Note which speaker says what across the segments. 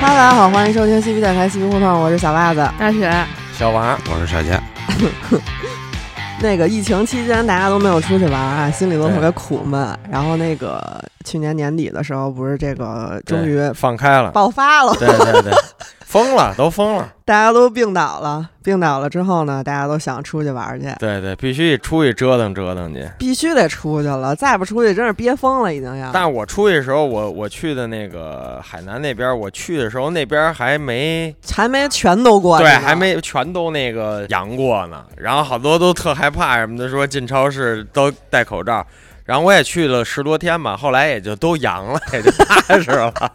Speaker 1: 哈喽，大家好，欢迎收听 CP 电台 CP 胡同，我是小袜子。
Speaker 2: 大雪，
Speaker 3: 小王，
Speaker 4: 我是夏佳，
Speaker 1: 那个疫情期间大家都没有出去玩啊，心里都特别苦闷。然后那个去年年底的时候，不是这个终于
Speaker 3: 对放开了，
Speaker 1: 爆发了，
Speaker 3: 对对对，疯了，都疯了，
Speaker 1: 大家都病倒了。病倒了之后呢，大家都想出去玩去，
Speaker 3: 对对，必须得出去折腾折腾去。
Speaker 1: 必须得出去了，再不出去真是憋疯了，已经要。
Speaker 3: 但我出去的时候，我我去的那个海南那边，我去的时候那边还没
Speaker 1: 还没全都过去
Speaker 3: 对，
Speaker 1: 呢，
Speaker 3: 还没全都那个阳过呢。然后好多都特害怕什么的，说进超市都戴口罩。然后我也去了十多天吧，后来也就都阳了， 也就踏实 了。
Speaker 1: 啊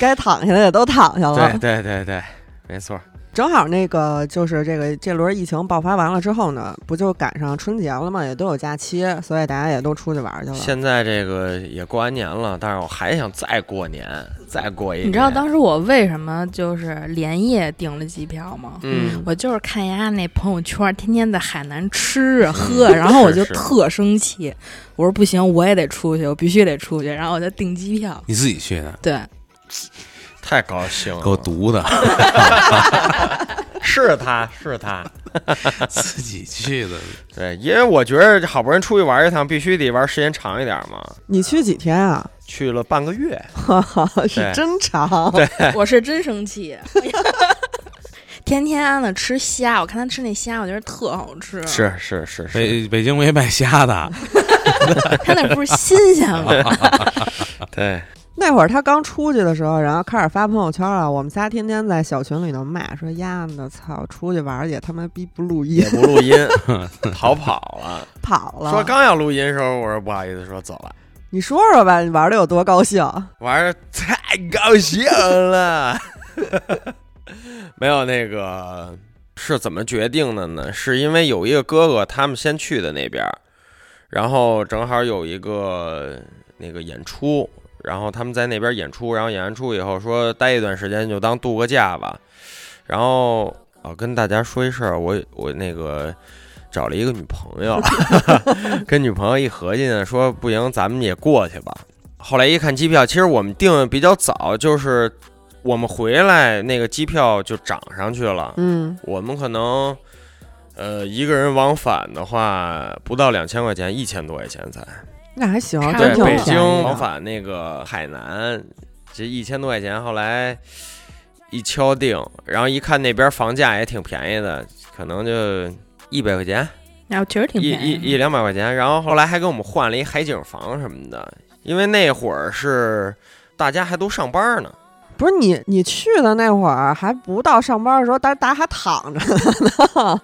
Speaker 1: 该躺下的也都躺下了
Speaker 3: 对。对对对，没错。
Speaker 1: 正好那个就是这个这轮疫情爆发完了之后呢，不就赶上春节了嘛，也都有假期，所以大家也都出去玩去了。
Speaker 3: 现在这个也过完年了，但是我还想再过年，再过一年。
Speaker 2: 你知道当时我为什么就是连夜订了机票吗？
Speaker 3: 嗯，
Speaker 2: 我就是看人家那朋友圈，天天在海南吃啊喝啊，然后我就是特生气，我说不行，我也得出去，我必须得出去，然后我就订机票。
Speaker 4: 你自己去的，
Speaker 2: 对，
Speaker 3: 太高兴了，
Speaker 4: 给我毒 的，
Speaker 3: 是他是他，
Speaker 4: 自己去的，
Speaker 3: 对，因为我觉得好不容易出去玩一趟，必须得玩时间长一点嘛。
Speaker 1: 你去几天啊？
Speaker 3: 去了半个月，
Speaker 1: 是
Speaker 3: 对
Speaker 1: 真长。
Speaker 3: 哎
Speaker 2: 我是真生气， 天天的吃虾，我看他吃那虾，我觉得特好
Speaker 4: 嗯
Speaker 2: 吃。
Speaker 3: 是是是是，
Speaker 4: 北北京没卖虾 的，啊
Speaker 2: 他那不是新鲜 吗？
Speaker 4: 哎
Speaker 3: 对，
Speaker 1: 那会儿他刚出去的时候，然后开始发朋友圈了。我们仨天天在小群里头骂说：“丫的，操，出去玩儿也他妈逼不录音
Speaker 3: 也，不 录音，逃跑了。
Speaker 1: 跑了。”
Speaker 3: 说刚要录音的时候，我说不好意思，说走了。
Speaker 1: 你说说吧，你玩的有多高兴？
Speaker 3: 玩儿太高兴了。 没有那个是怎么决定的呢？是因为有一个哥哥他们先去的那边儿，然后正好有一个那个演出，然后他们在那边演出，然后演完出以后说待一段时间就当度个假吧。然后啊，跟大家说一事儿，我我那个找了一个女朋友，跟女朋友一合计呢，说不行，咱们也过去吧。后来一看机票，其实我们订的比较早，就是我们回来那个机票就涨上去了。
Speaker 1: 嗯，
Speaker 3: 我们可能，呃，一个人往返的话，不到两千块钱，一千多块钱才。
Speaker 2: 啊
Speaker 1: 那还行，
Speaker 2: 差不
Speaker 1: 真
Speaker 3: 对，
Speaker 1: 挺
Speaker 2: 多
Speaker 3: 北
Speaker 1: 便
Speaker 3: 京
Speaker 2: 啊
Speaker 1: 宜
Speaker 3: 往
Speaker 1: 的。
Speaker 3: 返那个海南，这一千多块钱，后来一敲定，然后一看那边房价也挺便宜的，可能就一百块钱，
Speaker 2: 然后确实挺
Speaker 3: 一
Speaker 2: 便宜啊的
Speaker 3: 一一两百块钱，然后后来还给我们换了一海景房什么的，因为那会儿是大家还都上班呢，
Speaker 1: 不是你，你去的那会儿还不到上班的时候，大家还躺着。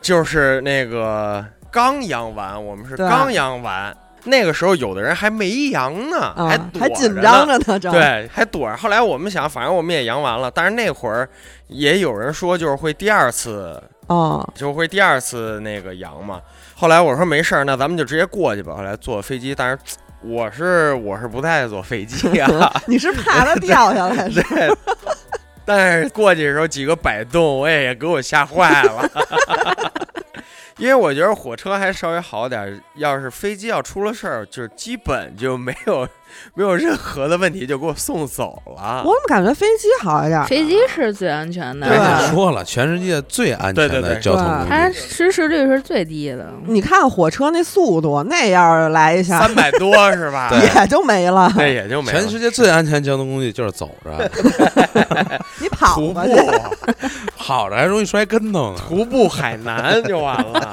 Speaker 3: 就是那个刚阳完，我们是
Speaker 1: 对
Speaker 3: 刚阳完，那个时候有的人还没阳呢，
Speaker 1: 啊，
Speaker 3: 躲
Speaker 1: 还
Speaker 3: 着
Speaker 1: 紧
Speaker 3: 呢
Speaker 1: 张着呢，正
Speaker 3: 对，还躲着。后来我们想，反正我们也阳完了，但是那会儿也有人说，就是会第二次，
Speaker 1: 哦，
Speaker 3: 就会第二次那个阳嘛。后来我说没事儿，那咱们就直接过去吧。后来坐飞机，但是我是我是不太坐飞机 啊，
Speaker 1: 你是怕它掉下 来是吧？
Speaker 3: 对。 但是过去的时候几个摆动，我也给我吓坏了。 因为我觉得火车还稍微好点儿，要是飞机要出了事儿，就是基本就没有没有任何的问题，就给我送走了。
Speaker 1: 我怎么感觉飞机好一点儿？
Speaker 2: 飞机是最安全的，
Speaker 1: 对
Speaker 4: 人家说了，全世界最安全
Speaker 3: 对对
Speaker 4: 的
Speaker 3: 对
Speaker 4: 交通工
Speaker 2: 它
Speaker 4: 具，
Speaker 2: 失事率是最低的。
Speaker 1: 你看火车那速度，那要是来一下
Speaker 3: 三百多 是吧？
Speaker 4: 对
Speaker 1: 也就没了。
Speaker 3: 那也就没了
Speaker 4: 全世界最安全交通工具就是走着，
Speaker 1: 你跑
Speaker 3: 徒步
Speaker 1: 吧去，
Speaker 4: 跑着还容易摔跟头 呢。
Speaker 3: 徒步海南就完 了。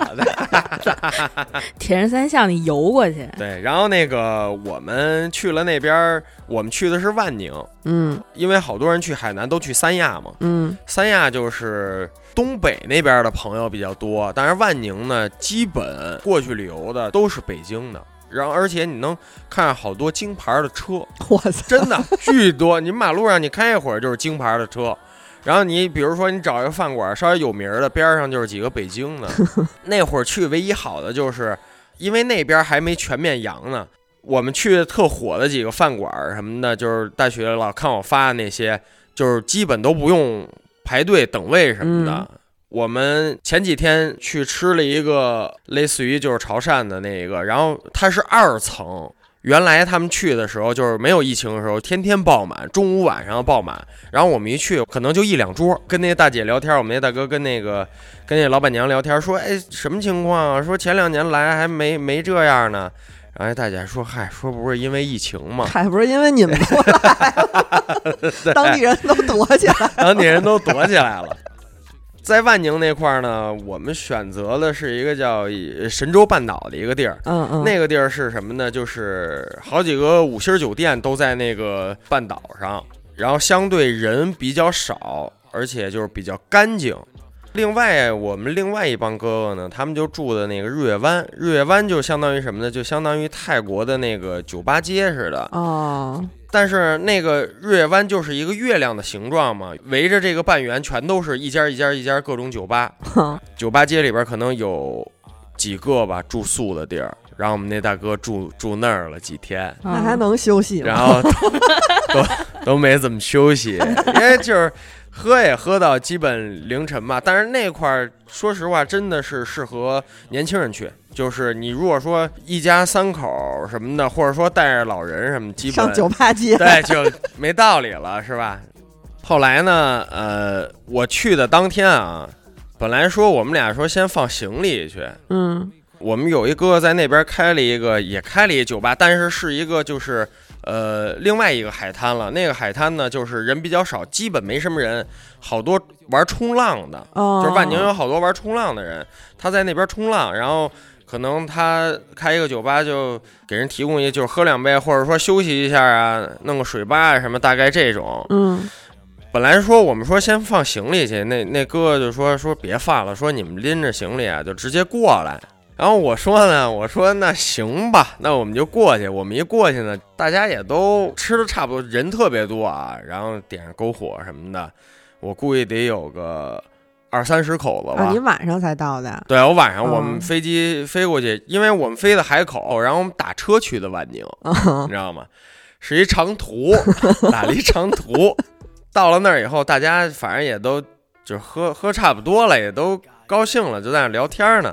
Speaker 2: 铁人三项你游过去，
Speaker 3: 对，然后那个我们去了那边儿，我们去的是万宁，
Speaker 1: 嗯
Speaker 3: 因为好多人去海南都去三亚嘛。
Speaker 1: 嗯，
Speaker 3: 三亚就是东北那边的朋友比较多，但是万宁呢，基本过去旅游的都是北京的。然后，而且你能看好多京牌的车，
Speaker 1: 我操，
Speaker 3: 真的巨多。你马路上你开一会儿就是京牌的车，然后你比如说你找一个饭馆稍微有名儿的，边儿上就是几个北京的。那会儿去唯一好的就是，因为那边还没全面阳呢，我们去的特火的几个饭馆儿什么的，就是大学老看我发的那些，就是基本都不用排队等位什么的。我们前几天去吃了一个类似于就是潮汕的那个，然后它是二层。原来他们去的时候就是没有疫情的时候，天天爆满，中午晚上爆满。然后我们一去，可能就一两桌，跟那大姐聊天，我们那大哥跟那个跟那老板娘聊天，说：“哎，什么情况啊？说前两年来还没没这样呢。”然后那大姐说：“嗨，说不是因为疫情吗？
Speaker 1: 嗨，不是因为你们过来 了，当地人都躲起来了，
Speaker 3: 当地人都躲起来了。”在万宁那块儿呢，我们选择的是一个叫呃神州半岛的一个地儿。
Speaker 1: 嗯嗯，
Speaker 3: 那个地儿是什么呢？就是好几个五星酒店都在那个半岛上，然后相对人比较少，而且就是比较干净。另外，我们另外一帮哥哥呢，他们就住的那个日月湾，日月湾就相当于什么呢？就相当于泰国的那个酒吧街似的。
Speaker 1: 哦，
Speaker 3: 但是那个日月湾就是一个月亮的形状嘛，围着这个半圆全都是一家一家一家各种 酒吧，
Speaker 1: 哼，
Speaker 3: 酒吧街里边可能有几个吧住宿的地儿，然后我们那大哥住住那儿了 几天，
Speaker 1: 那
Speaker 2: 嗯
Speaker 1: 还能休息
Speaker 3: 然
Speaker 1: 吗？
Speaker 3: 后都 都都没怎么休 息，因为就是喝也喝到基本凌晨吧。但是那块儿说实话真的是适合年轻人去，就是你如果说一家三口儿什么的，或者说带着老人什么，基本
Speaker 1: 上酒吧街，
Speaker 3: 对，就没道理了，是吧？后来呢，呃，我去的当天啊，本来说我们俩说先放行李去，
Speaker 1: 嗯，
Speaker 3: 我们有一哥哥在那边开了一个，也开了一酒吧，但是是一个就是呃另外一个海滩了。那个海滩呢，就是人比较少，基本没什么人，好多玩冲浪的，
Speaker 1: 哦，
Speaker 3: 就是万宁有好多玩冲浪的人，他在那边冲浪，然后可能他开一个酒吧就给人提供一，就是喝两杯，或者说休息一下啊，弄个水吧啊什么，大概这种。
Speaker 1: 嗯，
Speaker 3: 本来说我们说先放行李去，那那哥哥就说说别放了，说你们拎着行李啊就直接过来。然后我说呢，我说那行吧，那我们就过去。我们一过去呢，大家也都吃的差不多，人特别多啊，然后点上篝火什么的，我估计得有个二三十口子吧。
Speaker 1: 啊，你晚上才到的，
Speaker 3: 对我晚上我
Speaker 1: 嗯
Speaker 3: 们飞机飞过去，因为我们飞的海口，然后我们打车去的万宁，你知道吗？是一长途，打了一长途，到了那儿以后，大家反正也都就是喝喝差不多了，也都高兴了，就在那聊天呢。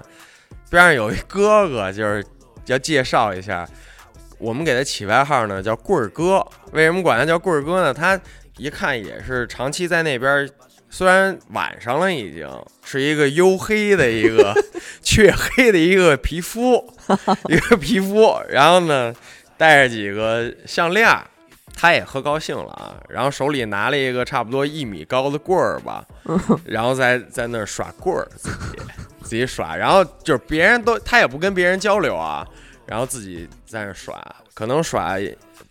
Speaker 3: 边上有一哥哥，就是要介绍一下，我们给他起外号呢叫棍儿哥。为什么管他叫棍儿哥呢？他一看也是长期在那边，虽然晚上了已经是一个黝黑的一个黢黑的一个皮 肤，一个皮肤，然后呢带着几个项链儿。他也喝高兴了啊，然后手里拿了一个差不多一米高的棍儿吧，
Speaker 2: 嗯
Speaker 3: 然后在在那儿耍棍儿，自己自己耍，然后就是别人都他也不跟别人交流啊，然后自己在那儿耍，可能耍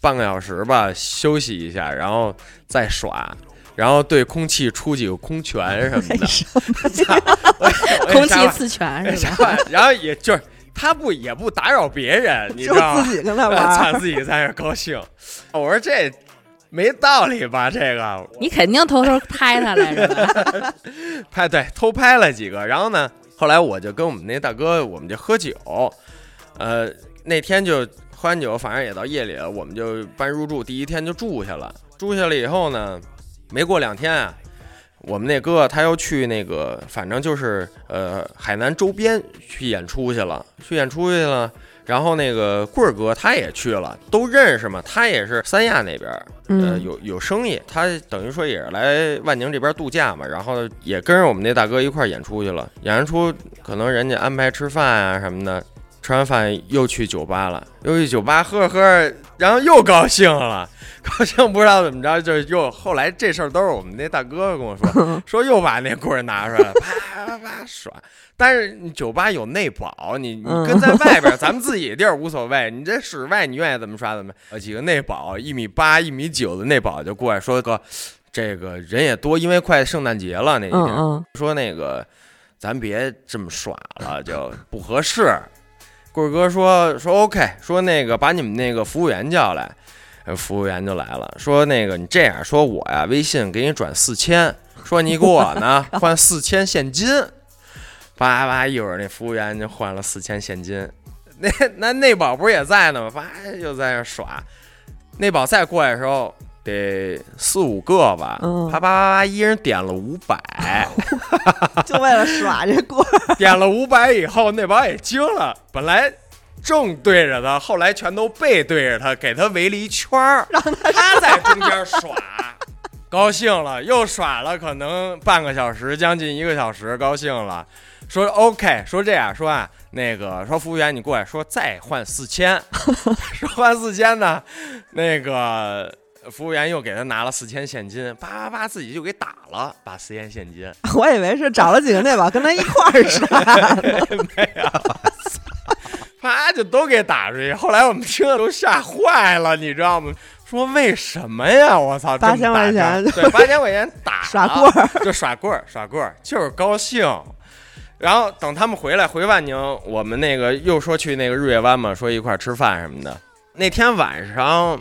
Speaker 3: 半个小时吧，休息一下，然后再耍，然后对空气出几个空拳什么的，
Speaker 2: 哎 空气
Speaker 3: 刺
Speaker 2: 刺 拳是吧？
Speaker 3: 吧？ 然后也就是他不也不打扰别人，你知
Speaker 1: 就
Speaker 3: 道啊吗？
Speaker 1: 自己跟他
Speaker 3: 我
Speaker 1: 玩儿，
Speaker 3: 操，自己在那儿高兴。我说这没道理吧？这个
Speaker 2: 你肯定偷偷拍他来着吧，
Speaker 3: 拍对偷拍了几个，然后呢，后来我就跟我们那大哥，我们就喝酒，呃，那天就喝完酒，反正也到夜里了，我们就办入住，第一天就住下了。住下了以后呢，没过两天啊，我们那哥他又去那个，反正就是呃海南周边去演出去了，去演出去了。然后那个棍儿哥他也去了，都认识嘛，他也是三亚那边儿，呃，
Speaker 1: 嗯，
Speaker 3: 有有生意，他等于说也是来万宁这边度假嘛，然后也跟着我们那大哥一块儿演出去了。演完出可能人家安排吃饭啊什么的，吃完饭又去酒吧了，又去酒吧喝着喝着，然后又高兴了， 高兴不知道怎么着，就是又后来这事儿都是我们那大哥跟我说，说又把那棍儿拿出来了，啪啪啪甩。但是你酒吧有内保，你你
Speaker 1: 嗯
Speaker 3: 跟在外边儿，咱们自己地儿无所谓。你这室外你愿意怎么刷怎么刷。呃，几个内保一米八、一米九的内保就过来说哥，这个人也多，因为快圣诞节了那一天，
Speaker 1: 嗯嗯，
Speaker 3: 说那个咱别这么耍了， 就不合适。棍儿哥说说 OK，说那个把你们那个服务员叫来，呃服务员就来了，说那个你这样说我呀，微信给你转四千，说你给我呢换四千现金，叭叭一会儿那服务员就换了四千现金，那那内宝不是也在呢吗？啪就在那耍。内宝再过来的时候得四五个吧，
Speaker 1: 嗯
Speaker 3: 啪啪啪啪，一人点了五百，
Speaker 1: 就为了耍这棍儿，
Speaker 3: 点了五百以后，内宝也惊了，本来。正对着他，后来全都背对着他，给他围了一圈儿，让他在中间耍，高兴了，又耍了可能半个小时，将近一个小时，高兴了，说 OK，说这样说啊，那个说服务员你过来，说再换四千， 说换四千呢，那个服务员又给他拿了四千现金，叭叭叭自己就给打了，把四千现金，
Speaker 1: 我以为是找了几个内保跟他一块儿 耍，
Speaker 3: 啪就都给打出去。后来我们听的都吓坏了，你知道吗？说为什么呀？我操，这么
Speaker 1: 8000
Speaker 3: 大
Speaker 1: 块钱
Speaker 3: 仗对，八千块钱打
Speaker 1: 耍棍
Speaker 3: 儿，就耍棍儿，耍棍儿，就是高兴。然后等他们回来回万宁，我们那个又说去那个日月湾嘛，说一块儿吃饭什么的。那天晚上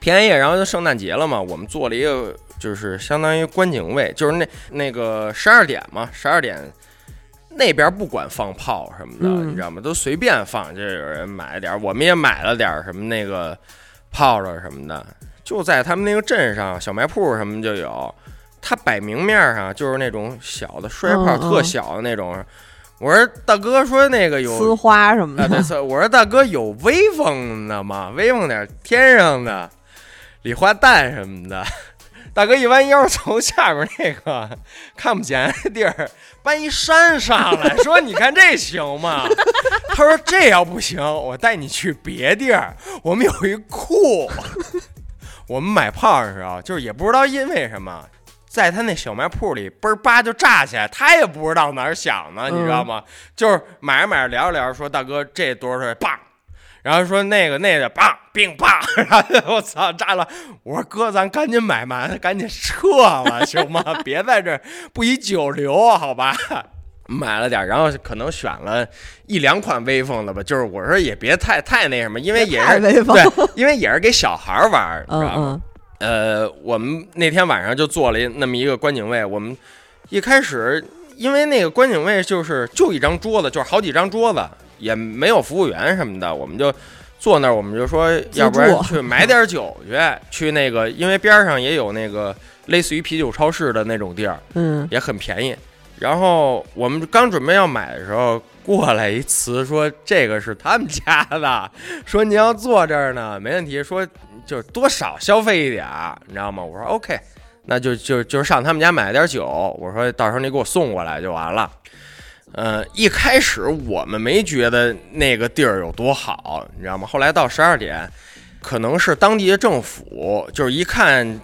Speaker 3: 平安夜，然后就圣诞节了嘛，我们做了一个就是相当于观景位，就是那那个十二点嘛，十二点那边不管放炮什么的，
Speaker 1: 嗯
Speaker 3: 你知道吗？都随便放，就有人买了点儿，我们也买了点儿什么那个炮了什么的，就在他们那个镇上小卖铺什么就有。他摆明面上就是那种小的摔炮，
Speaker 1: 嗯嗯
Speaker 3: 特小的那种。我说大哥，说那个有
Speaker 1: 呲花什么
Speaker 3: 啊，
Speaker 1: 的，
Speaker 3: 对，所以我说大哥有威风的吗？威风点儿，天上的礼花弹什么的。大哥一弯腰从下面那个看不见的地儿搬一山上来，说：“你看这行吗？”他说：“这要不行，我带你去别地儿，我们有一库。我们买炮的时候，就是也不知道因为什么，在他那小卖铺里嘣儿叭就炸起来，他也不知道哪儿响呢，
Speaker 1: 嗯
Speaker 3: 你知道吗？就是买着买着聊着聊着说大哥这多少多少棒，然后说那个那个棒并棒， 然后我操炸了！我说 哥，咱赶紧买嘛，赶紧撤了行 吗？别在这儿不宜久留，好吧？买了点儿，然后可能选了一两款威风的吧，就是我说也别太太那什么，因为也
Speaker 1: 太
Speaker 3: 是
Speaker 1: 威风
Speaker 3: 对，因为也是给小孩儿玩儿，你知
Speaker 1: 嗯
Speaker 3: 道吗？
Speaker 1: 嗯，
Speaker 3: 呃，我们那天晚上就做了那么一个观景位。我们一开始因为那个观景位就是就一张桌子，就是好几张桌子，也没有服务员什么的，我们就坐那儿，我们就说，
Speaker 1: 助
Speaker 3: 要不然去买点酒去，去那个，因为边上也有那个类似于啤酒超市的那种地儿，
Speaker 1: 嗯，
Speaker 3: 也很便宜。然后我们刚准备要买的时候，过来一词说这个是他们家的， 说您要坐这儿呢没问题，说就是多少消费一点儿，你知道吗？我说 OK，那就就就上他们家买点酒，我说到时候你给我送过来就完了。呃，一开始我们没觉得那个地儿有多好，你知道吗？后来到十二点，可能是当地的政府，就是一看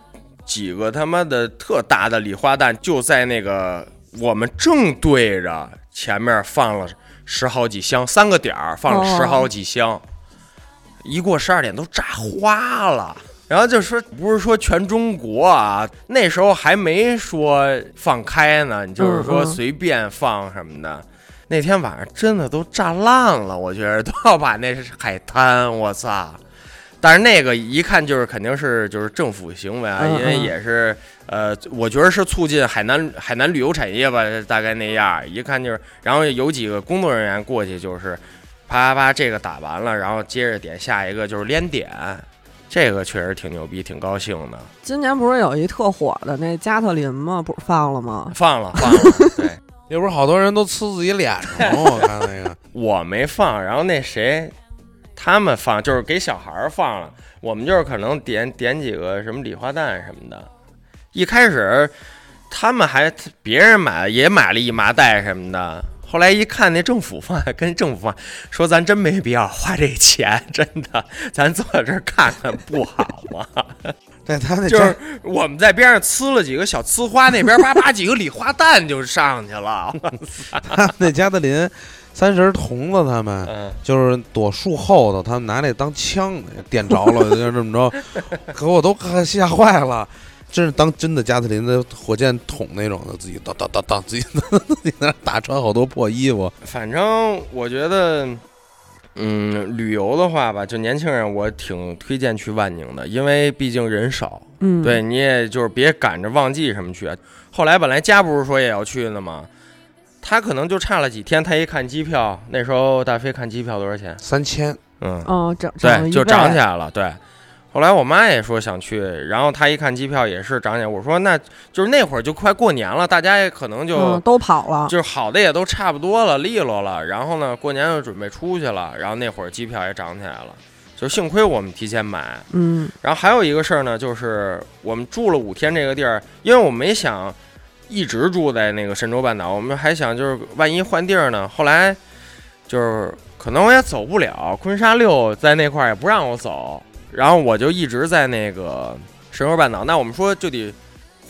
Speaker 3: 几个他妈的特大的礼花弹就在那个我们正对着前面放了十好几箱，三个点儿放了
Speaker 1: 哦
Speaker 3: 十好几箱，一过十二点都炸花了。然后就说不是说全中国啊，那时候还没说放开呢，你就是
Speaker 1: 嗯
Speaker 3: 说
Speaker 1: 嗯
Speaker 3: 随便放什么的。那天晚上真的都炸烂了，我觉得都要把那是海滩，我操！但是那个一看就是肯定是就是政府行为啊，
Speaker 1: 嗯
Speaker 3: 因为
Speaker 1: 嗯
Speaker 3: 也是呃，我觉得是促进海南海南旅游产业吧，大概那样儿。一看就是，然后有几个工作人员过去就是，啪啪啪这个打完了，然后接着点下一个就是连点，这个确实挺牛逼，挺高兴的。
Speaker 1: 今年不是有一特火的那加特林吗？不是放了吗？
Speaker 3: 放了放了，对
Speaker 4: 要不是好多人都呲自己脸上了，我看那个，
Speaker 3: 我没放，然后那谁他们放，就是给小孩儿放了。我们就是可能点点几个什么礼花弹什么的。一开始他们还别人买也买了一麻袋什么的，后来一看那政府放，跟政府放说咱真没必要花这钱，真的，咱坐这儿看看不好吗？
Speaker 4: 对他 那
Speaker 3: 就是我们在边上呲了几个小呲花，那边叭叭几个礼花弹就上去了。
Speaker 4: 他那加特林、三十童子他们，
Speaker 3: 嗯，
Speaker 4: 就是躲树后头，他们拿那当枪点 着了，就这么着，可我都可吓坏了。真是当真的加特林的火箭筒那种的，自己当当当当，自己 自己在那打穿好多破衣服。
Speaker 3: 反正我觉得，嗯，旅游的话吧，就年轻人，我挺推荐去万宁的，因为毕竟人少，
Speaker 1: 嗯，
Speaker 3: 对，你也就是别赶着旺季什么去。后来本来家不是说也要去呢吗？他可能就差了几天，他一看机票，那时候大飞看机票多少钱？
Speaker 4: 三千，
Speaker 3: 嗯，
Speaker 1: 哦，涨涨了
Speaker 3: 对，
Speaker 1: 一
Speaker 3: 就
Speaker 1: 倍
Speaker 3: 涨起来了。对，后来我妈也说想去，然后她一看机票也是涨起来，我说那就是那会儿就快过年了，大家也可能就、
Speaker 1: 嗯，都跑了，
Speaker 3: 就是好的也都差不多了，利落了。然后呢，过年又准备出去了，然后那会儿机票也涨起来了，就幸亏我们提前买。
Speaker 1: 嗯
Speaker 3: 然后还有一个事儿呢，就是我们住了五天这个地儿，因为我没想一直住在那个神州半岛，我们还想就是万一换地儿呢。后来就是可能我也走不了，昆沙六在那块儿也不让我走，然后我就一直在那个神州半岛。那我们说就得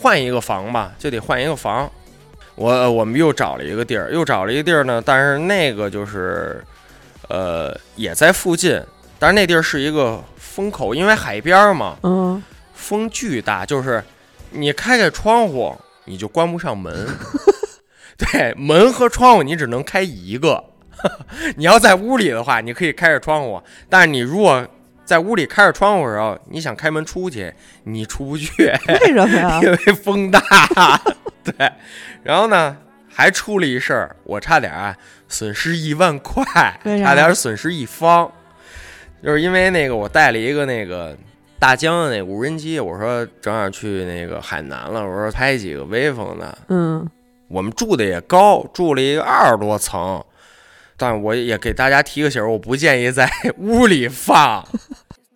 Speaker 3: 换一个房吧，就得换一个房。我我们又找了一个地儿，又找了一个地儿呢，但是那个就是，呃，也在附近，但是那地儿是一个风口，因为海边儿嘛，
Speaker 1: 嗯，
Speaker 3: 风巨大，就是你开开窗户你就关不上门，对，门和窗户你只能开一个。 你要在屋里的话，你可以开着窗户，但是你如果在屋里开着窗户的时候，你想开门出去，你出不去，？
Speaker 1: 为什么呀
Speaker 3: 因为风大。对，然后呢，还出了一事儿，我差点啊损失一万块，
Speaker 1: 为啥
Speaker 3: 差点损失一方，就是因为那个我带了一个那个大疆的那无人机，我说正好去那个海南了，我说拍几个威风的，
Speaker 1: 嗯，
Speaker 3: 我们住的也高，住了一个二十多层，但我也给大家提个醒儿，我不建议在屋里放。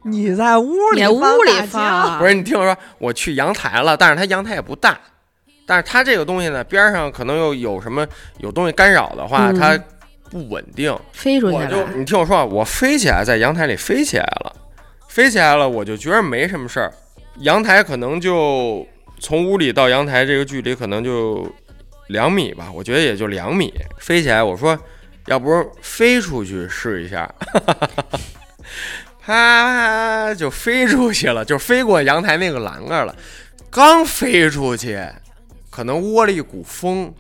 Speaker 1: 你在屋里
Speaker 2: 在屋
Speaker 1: 放
Speaker 2: 里
Speaker 1: 大
Speaker 2: 放
Speaker 1: 枪，
Speaker 2: 啊，
Speaker 3: 不是，你听我说，我去阳台了，但是它阳台也不大，但是它这个东西呢，边儿上可能又有什么有东西干扰的话，
Speaker 1: 嗯
Speaker 3: 它不稳定。
Speaker 2: 飞出去
Speaker 3: 我就
Speaker 2: 了，
Speaker 3: 你听我说啊，我飞起来在阳台里飞起来了，飞起来了，我就觉得没什么事儿。阳台可能就从屋里到阳台这个距离可能就两米吧，我觉得也就两米。飞起来，我说要不飞出去试一下， 啪就飞出去了，就飞过阳台那个栏杆了。刚飞出去，可能窝了一股风，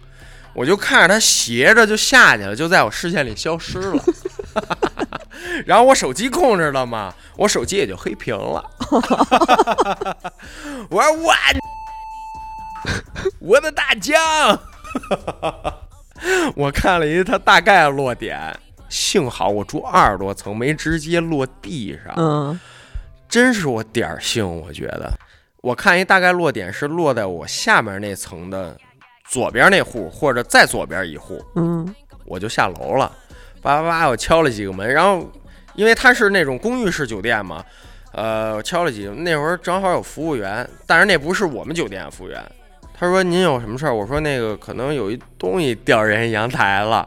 Speaker 3: 我就看着它斜着就下去了，就在我视线里消失了。 然后我手机控制了嘛，我手机也就黑屏了。我说我，我的大疆，我看了一它大概的落点，幸好我住二十多层，没直接落地上。
Speaker 1: 嗯，
Speaker 3: 真是我点儿性，我觉得。我看一大概落点是落在我下面那层的左边那户，或者再左边一户，
Speaker 1: 嗯
Speaker 3: 我就下楼了，叭叭叭，我敲了几个门，然后因为它是那种公寓式酒店嘛，呃，我敲了几个，那会儿正好有服务员，但是那不是我们酒店的服务员，他说您有什么事儿？我说那个可能有一东西掉人阳台了，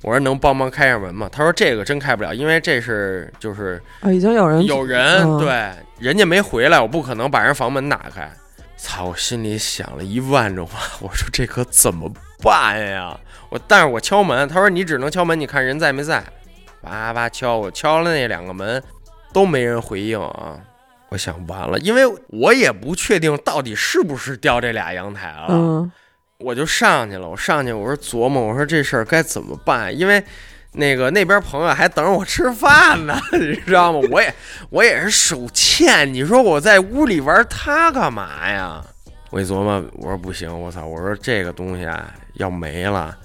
Speaker 3: 我说能帮忙开下门吗？他说这个真开不了，因为这是就是
Speaker 1: 啊，已经有人
Speaker 3: 有人、
Speaker 1: 嗯
Speaker 3: 对，人家没回来，我不可能把人房门打开。操！我心里想了一万种话，我说这可怎么办呀？我但是我敲门，他说你只能敲门，你看人在没在？叭叭敲，我敲了那两个门，都没人回应啊。我想完了，因为我也不确定到底是不是掉这俩阳台了。
Speaker 1: 嗯
Speaker 3: 我就上去了，我上去，我说琢磨，我说这事儿该怎么办？因为那个那边朋友还等着我吃饭呢， 你知道吗？我也我也是手欠，你说我在屋里玩它干嘛呀？我一琢磨，我说不行，我操，我说这个东西啊要没了，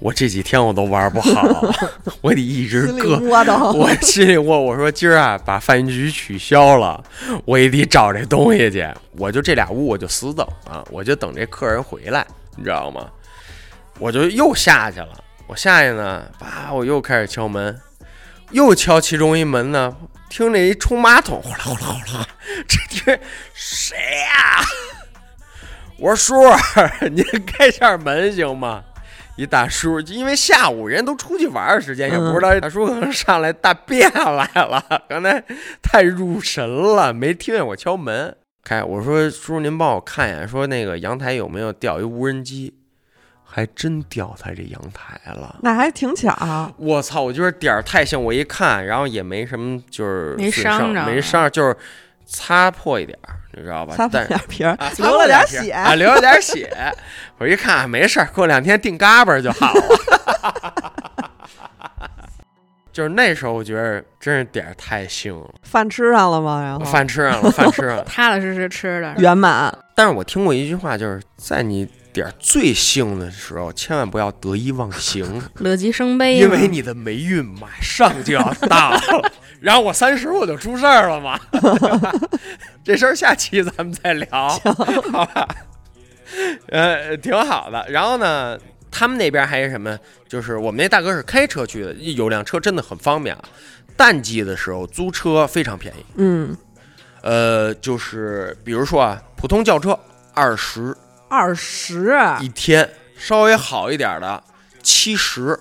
Speaker 3: 我这几天我都玩不好，我得一直
Speaker 1: 心里
Speaker 3: 搁
Speaker 1: 窝的，
Speaker 3: 我心里我我说今儿啊把饭局取消了，我也得找这东西去。我就这俩屋我就死等啊，我就等这客人回来，你知道吗？我就又下去了。我下去呢，叭，我又开始敲门，又敲其中一门呢，听着一冲马桶哗啦哗啦哗啦哗啦，这这谁呀、 我说叔儿，您开下门行吗？一大叔，因为下午人都出去玩儿的时间，也不知道大叔可能上来大便来了， 刚才太入神了，没听见我敲门。开，我说叔，您帮我看一眼，说那个阳台有没有掉一无人机？还真掉在这阳台了。
Speaker 1: 那还挺巧，
Speaker 3: 我操！我就是点儿太像，我一看，然后也没什么，就是
Speaker 2: 没
Speaker 3: 损
Speaker 2: 伤着
Speaker 3: 没伤着，就是擦破一点儿，你知道吧？
Speaker 1: 啊擦破
Speaker 3: 但
Speaker 1: 点皮儿
Speaker 3: 啊，，
Speaker 1: 流了
Speaker 3: 点
Speaker 1: 点
Speaker 3: 儿
Speaker 1: 血，
Speaker 3: 啊，流了点儿血。我一看没事儿，过两天定嘎巴儿就好了。 就是那时候，我觉得真是点儿太幸了，
Speaker 1: 饭吃上了吗？然
Speaker 3: 啊
Speaker 1: 后
Speaker 3: 饭吃上了，饭吃上了。
Speaker 2: 踏踏实实吃的，
Speaker 1: 圆满，
Speaker 3: 但是我听过一句话，就是在你点儿最兴的时候，千万不要得意忘形，
Speaker 2: 乐极生悲嘛，
Speaker 3: 因为你的霉运马上就要到了。然后我三十我就出事儿了嘛，这事儿下期咱们再聊，好吧？呃，挺好的。然后呢，他们那边还是什么？就是我们那大哥是开车去的，有辆车真的很方便啊。淡季的时候租车非常便宜，
Speaker 1: 嗯，
Speaker 3: 呃，就是比如说啊，普通轿车二十
Speaker 1: 二十
Speaker 3: 一天，稍微好一点的七十。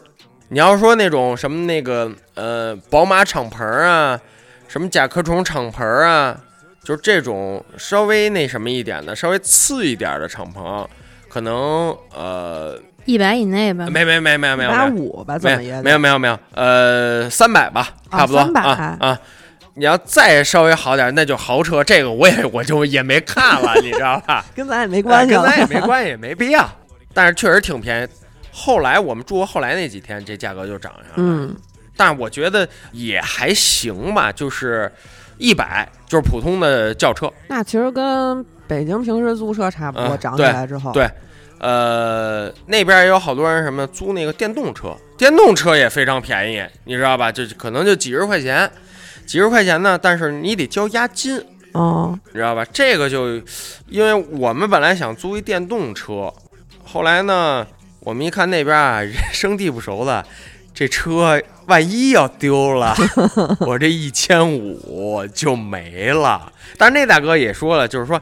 Speaker 3: 你要说那种什么那个呃宝马敞篷啊，什么甲壳虫敞篷啊，就是这种稍微那什么一点的、稍微次一点的敞篷，可能呃
Speaker 2: 一百以内吧。
Speaker 3: 没没没没没有
Speaker 1: 八
Speaker 3: 没有
Speaker 1: 五吧，怎么
Speaker 3: 没
Speaker 1: 也
Speaker 3: 有
Speaker 1: 得
Speaker 3: 没有没有没有呃三百吧，
Speaker 1: 啊
Speaker 3: 差不多
Speaker 1: 300
Speaker 3: 啊啊。你要再稍微好点，那就豪车。这个我也我就也没看了，你知道吧？
Speaker 1: 跟咱也没关系
Speaker 3: 啊
Speaker 1: 啊
Speaker 3: 哎跟
Speaker 1: 了，
Speaker 3: 咱也没关系，没必要。但是确实挺便宜。后来我们住过后来那几天，这价格就涨上了。
Speaker 1: 嗯
Speaker 3: 但是我觉得也还行吧，就是一百，就是普通的轿车。，
Speaker 1: 那其实跟北京平时租车差不多，
Speaker 3: 嗯
Speaker 1: 涨起来之后，
Speaker 3: 对呃，那边也有好多人什么租那个电动车，电动车也非常便宜，你知道吧？就可能就几十块钱，几十块钱呢，但是你得交押金，
Speaker 1: 哦，
Speaker 3: 你知道吧？这个就，因为我们本来想租一电动车，后来呢，我们一看那边啊，人 生地不熟的，这车万一要丢了，我这一千五就没了。但是那大哥也说了，就是说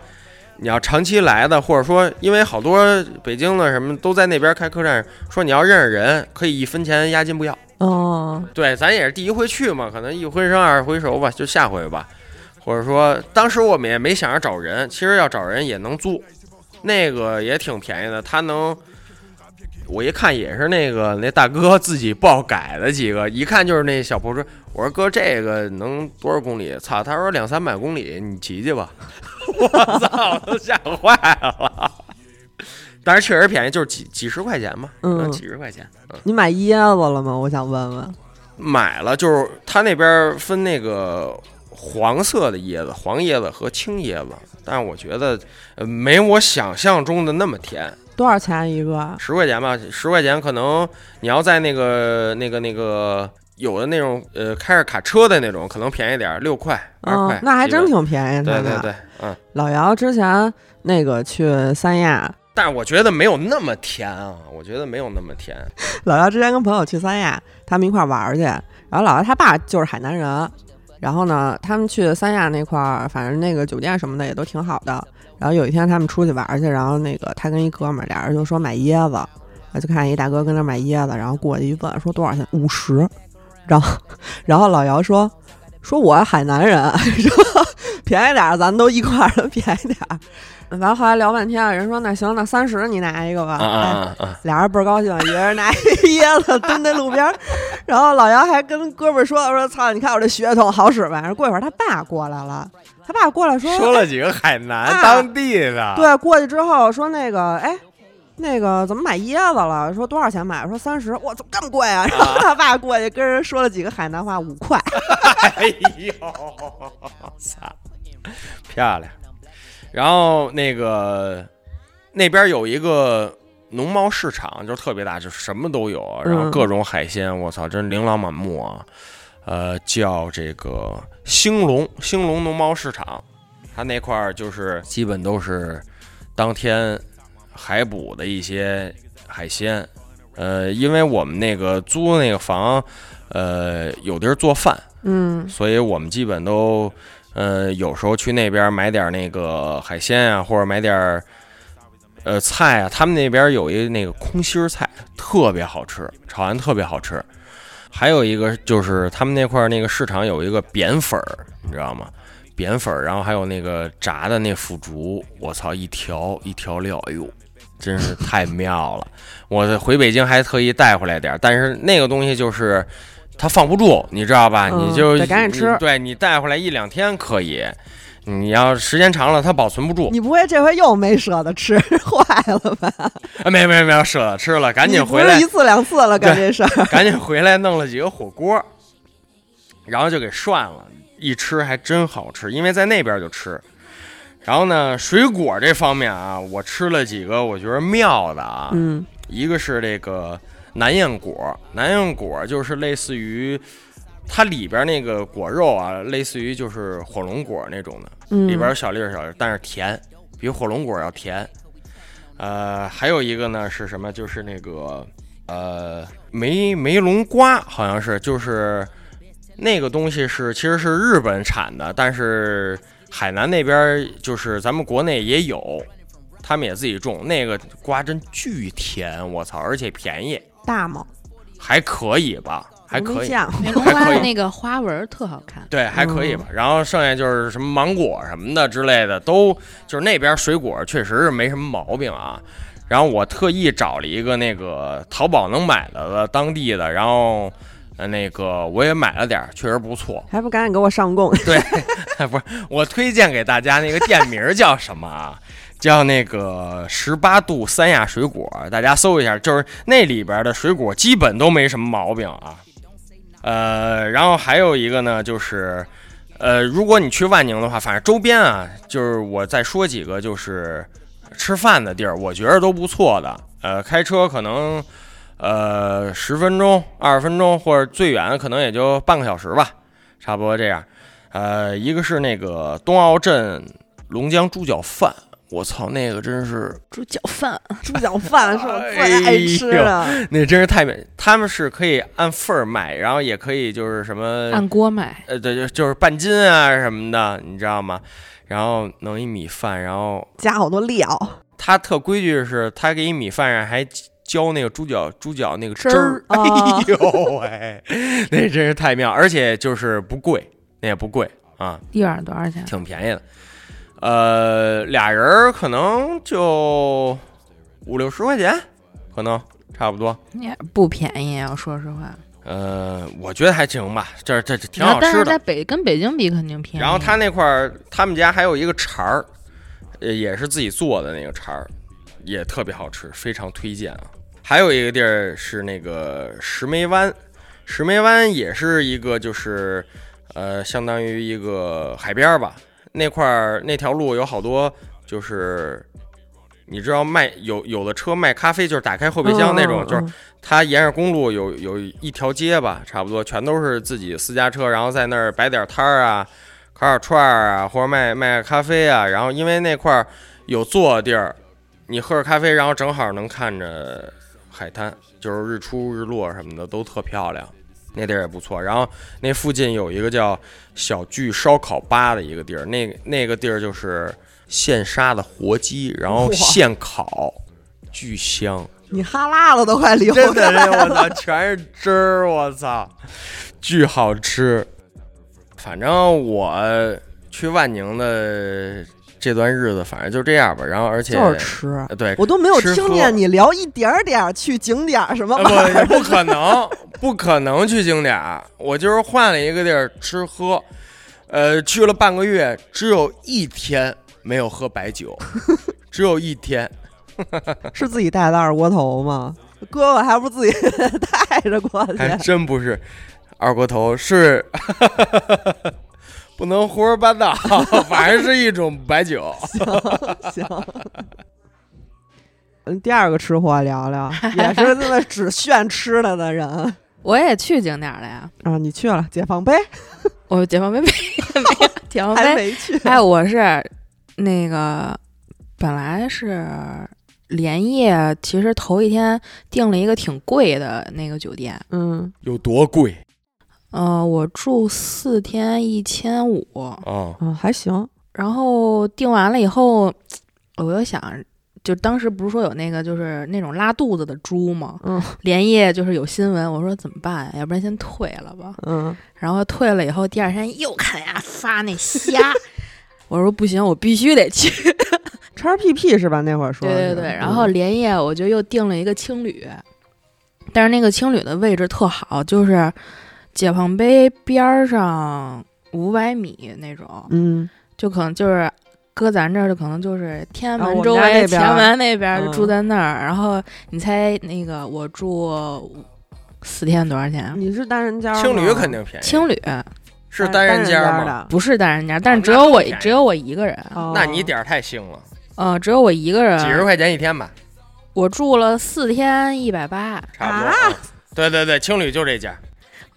Speaker 3: 你要长期来的，或者说因为好多北京的什么都在那边开客栈，说你要认识人，可以一分钱押金不要。
Speaker 1: 哦，
Speaker 3: 对，咱也是第一回去嘛，可能一回生二回熟吧，就下回吧。或者说，当时我们也没想着找人，其实要找人也能租，那个也挺便宜的。他能，我一看也是那个那大哥自己爆改的几个，一看就是那小破车。我说哥，这个能多少公里？操，他说两三百公里，你骑去吧。 我操，都吓坏了。 但是确实便宜，就是几几十块钱嘛，
Speaker 1: 嗯
Speaker 3: 几十块钱，嗯。
Speaker 1: 你买椰子了吗？我想问问。
Speaker 3: 买了，就是他那边分那个黄色的椰子、黄椰子和青椰子，但是我觉得呃没我想象中的那么甜，
Speaker 1: 多少钱一个？
Speaker 3: 十块钱吧，十块钱可能你要在那个那个那个有的那种呃开着卡车的那种，可能便宜点儿，六块二块、
Speaker 1: 嗯，那还真
Speaker 3: 基
Speaker 1: 挺便宜的。
Speaker 3: 本对对对，嗯，
Speaker 1: 老姚之前那个去三亚，
Speaker 3: 但是我觉得没有那么甜啊，我觉得没有那么甜，
Speaker 1: 老姚之前跟朋友去三亚，他们一块儿玩儿去，然后老姚他爸就是海南人，然后呢，他们去三亚那块儿，反正那个酒店什么的也都挺好的。然后有一天他们出去玩儿去，然后那个他跟一哥们儿俩人就说买椰子，然后就看一大哥跟那儿买椰子，然后过去一问说多少钱，五十。然后然后老姚说说我海南人， 说便宜点儿，咱们都一块儿的便宜点儿。完了后来聊半天，人说那行，那三十你拿一个吧。
Speaker 3: 啊啊
Speaker 1: 哎
Speaker 3: 啊啊！
Speaker 1: 俩人倍儿高兴，一人拿一 椰子蹲在路边儿，然后老姚还跟哥们儿说：“说操，你看我这血统好使吧？”然后过一会儿他爸过来了，他爸过来说：“哎
Speaker 3: 说了几个海南
Speaker 1: 啊
Speaker 3: 当地的，
Speaker 1: 对，过去之后说那个，哎，那个怎么买椰子了？说多少钱买？说三十。哇，怎么这么贵啊？ 然后他爸过去跟人说了几个海南话，五块。
Speaker 3: 哎呦，操，漂亮！然后那个那边有一个农贸市场，就是特别大，就是什么都有，然后
Speaker 1: 嗯
Speaker 3: 各种海鲜，我操，真琳琅满目啊！呃，叫这个兴隆兴隆农贸市场，它那块儿就是基本都是当天海捕的一些海鲜。呃，因为我们那个租的那个房，呃，有地儿做饭，
Speaker 1: 嗯
Speaker 3: 所以我们基本都，呃，有时候去那边买点那个海鲜啊，或者买点儿，呃，菜啊。他们那边有一那个空心儿菜，特别好吃，炒完特别好吃。还有一个就是他们那块儿那个市场有一个扁粉儿，你知道吗？扁粉儿，然后还有那个炸的那腐竹，我操，一条一条料，哎呦，真是太妙了！我回北京还特意带回来点儿，但是那个东西就是它放不住，你知道吧？
Speaker 1: 嗯
Speaker 3: 你就
Speaker 1: 得赶紧吃
Speaker 3: 你对你带回来一两天可以，你要时间长了它保存不住。
Speaker 1: 你不会这回又没舍得吃 坏了吧？
Speaker 3: 啊，没有没有没有，舍得吃了，赶紧
Speaker 1: 你不
Speaker 3: 回
Speaker 1: 是
Speaker 3: 来
Speaker 1: 一，次两次了，干这事儿。
Speaker 3: 赶紧回来弄了几个火锅，然后就给涮了，一吃还真好吃，因为在那边就吃。然后呢，水果这方面啊，我吃了几个我觉得妙的啊，
Speaker 1: 嗯
Speaker 3: 一个是这个南燕果，南燕果就是类似于它里边那个果肉啊，类似于就是火龙果那种的，
Speaker 1: 嗯，
Speaker 3: 里边有小粒儿小粒儿，但是甜，比火龙果要甜。呃，还有一个呢是什么？就是那个呃梅梅龙瓜，好像是就是那个东西是其实是日本产的，但是海南那边儿就是咱们国内也有，他们也自己种。那个瓜真巨甜，我操，而且便宜，
Speaker 1: 大吗？
Speaker 3: 还可以吧，还可
Speaker 1: 没
Speaker 3: 以。
Speaker 1: 见过
Speaker 2: 梅龙瓜
Speaker 3: 还可
Speaker 2: 的
Speaker 3: 以
Speaker 2: 那个花纹儿特好看，
Speaker 3: 对，还可以吧。然后剩下就是什么芒果什么的之类的，都就是那边水果确实是没什么毛病啊。然后我特意找了一个那个淘宝能买的的当地的，然后呃那个我也买了点儿，确实不错。
Speaker 1: 还不赶紧给我上供？
Speaker 3: 对，不是 我推荐给大家那个店名儿叫什么啊？叫那个十八度三亚水果，大家搜一下，就是那里边的水果基本都没什么毛病啊。呃，然后还有一个呢，就是呃，如果你去万宁的话，反正周边啊，就是我再说几个，就是吃饭的地儿，我觉得都不错的。呃，开车可能呃十分钟、二十分钟，或者最远可能也就半个小时吧，差不多这样。呃，一个是那个东澳镇龙江猪脚饭，我操，那个真是，
Speaker 2: 猪脚饭，
Speaker 1: 猪脚饭是我
Speaker 3: 哎
Speaker 1: 最爱吃的，
Speaker 3: 那真是太美。他们是可以按份儿买，然后也可以就是什么
Speaker 2: 按锅买，
Speaker 3: 呃，对，就就是半斤啊什么的，你知道吗？然后弄一米饭，然后
Speaker 1: 加好多料。
Speaker 3: 他特规矩是，他给你米饭上还浇那个猪脚猪脚那个汁儿，
Speaker 1: 汁儿啊
Speaker 3: 哎呦喂，那真是太妙，而且就是不贵，那也不贵啊，
Speaker 2: 一碗多少钱？
Speaker 3: 挺便宜的。呃，俩人儿可能就五六十块钱，可能差不多。
Speaker 2: 也不便宜，我说实话。
Speaker 3: 呃，我觉得还行吧，这这这挺好
Speaker 2: 但
Speaker 3: 吃
Speaker 2: 是
Speaker 3: 的
Speaker 2: 在。北跟北京比肯定便宜。
Speaker 3: 然后他那块儿，他们家还有一个肠儿，呃，也是自己做的那个肠儿，也特别好吃，非常推荐啊。还有一个地儿是那个石梅湾，石梅湾也是一个就是，呃，相当于一个海边儿吧。那块儿那条路有好多就是，你知道卖有有的车卖咖啡，就是打开后备箱那种，就是
Speaker 1: 嗯
Speaker 3: 它沿着公路有有一条街吧，差不多全都是自己私家车，然后在那儿摆点摊儿啊，烤烤串儿啊，或者卖卖咖啡啊。然后因为那块儿有坐的地儿，你喝着咖啡，然后正好能看着海滩，就是日出日落什么的都特漂亮，那地儿也不错。然后那附近有一个叫小聚烧烤吧的一个地儿，那那个地儿就是现杀的活鸡，然后
Speaker 1: 哇
Speaker 3: 现烤，巨香。
Speaker 1: 你哈喇子都快流
Speaker 3: 真
Speaker 1: 出
Speaker 3: 的
Speaker 1: 来
Speaker 3: 是我
Speaker 1: 了。
Speaker 3: 操，全是汁儿，我操，巨好吃。反正我去万宁的这段日子，反正就这样吧。然后而且
Speaker 1: 就是吃，
Speaker 3: 呃对，
Speaker 1: 我都没有
Speaker 3: 吃
Speaker 1: 听
Speaker 3: 喝
Speaker 1: 见你聊一点儿点儿去景点儿什么
Speaker 3: 呃
Speaker 1: 玩
Speaker 2: 哎
Speaker 1: 意儿。
Speaker 3: 不不可能， 不可能去景点儿。我就是换了一个地儿吃喝，呃，去了半个月，只有一天没有喝 白酒，只有一天。
Speaker 1: 是自己带的二锅头吗？哥哥还不自己 带着过去？
Speaker 3: 还真不是二锅头，是 不能胡说八道，反正是一种白酒。
Speaker 1: 行行。嗯， 第二个吃货聊 聊，也是那么只炫吃的的人
Speaker 2: 我也去景点儿了呀，
Speaker 1: 啊！你去了解放碑
Speaker 2: 我解放碑没 没有解放
Speaker 1: 还
Speaker 2: 碑，
Speaker 1: 没 去？
Speaker 2: 哎，我是那个本来是连夜，其实头一天订了一个挺贵的那个酒店，
Speaker 1: 嗯，
Speaker 3: 有多贵
Speaker 2: 呃，我住四天一千五，
Speaker 3: 啊、
Speaker 1: 啊，还行，
Speaker 2: 然后订完了以后，我又想，就当时不是说有那个就是那种拉肚子的猪吗？
Speaker 1: 嗯
Speaker 2: 连夜就是有新闻，我说怎么办呀？啊要不然先退了吧。
Speaker 1: 嗯，
Speaker 2: 然后退了以后，第二天又看人家发那虾，我说不行，我必须得去。
Speaker 1: 叉 PP 是吧？那会儿说
Speaker 2: 对
Speaker 1: 的
Speaker 2: 对
Speaker 1: 是
Speaker 2: 对，然
Speaker 1: 嗯
Speaker 2: 后连夜我就又订了一个青旅，但是那个青旅的位置特好，就是解放碑边儿上五百米那种，
Speaker 1: 嗯
Speaker 2: 就可能就是搁咱这儿的，可能就是天安
Speaker 1: 啊我
Speaker 2: 门
Speaker 1: 们
Speaker 2: 周
Speaker 1: 家
Speaker 2: 围、
Speaker 1: 那边
Speaker 2: 前
Speaker 1: 儿
Speaker 2: 门那边儿就
Speaker 1: 嗯
Speaker 2: 住在那儿。然后你猜那个我住四天多少钱啊
Speaker 1: 嗯，？你是单人间儿吗，呃
Speaker 3: 青旅肯定便宜，
Speaker 2: 青旅
Speaker 3: 是
Speaker 1: 单
Speaker 3: 人
Speaker 1: 间
Speaker 3: 间吗？
Speaker 1: 的，
Speaker 2: 不是单人间，但是
Speaker 3: 啊
Speaker 2: 只
Speaker 3: 那
Speaker 2: 有
Speaker 3: 更
Speaker 2: 我
Speaker 3: 便宜
Speaker 2: 只有我一个人，
Speaker 1: 哦
Speaker 3: 那你点儿太腥了，
Speaker 2: 嗯，只有我一个人，
Speaker 3: 几十块钱一天吧，
Speaker 2: 我住了四天一百八，
Speaker 3: 差不多。
Speaker 1: 啊
Speaker 3: 嗯对对对，青旅就这价。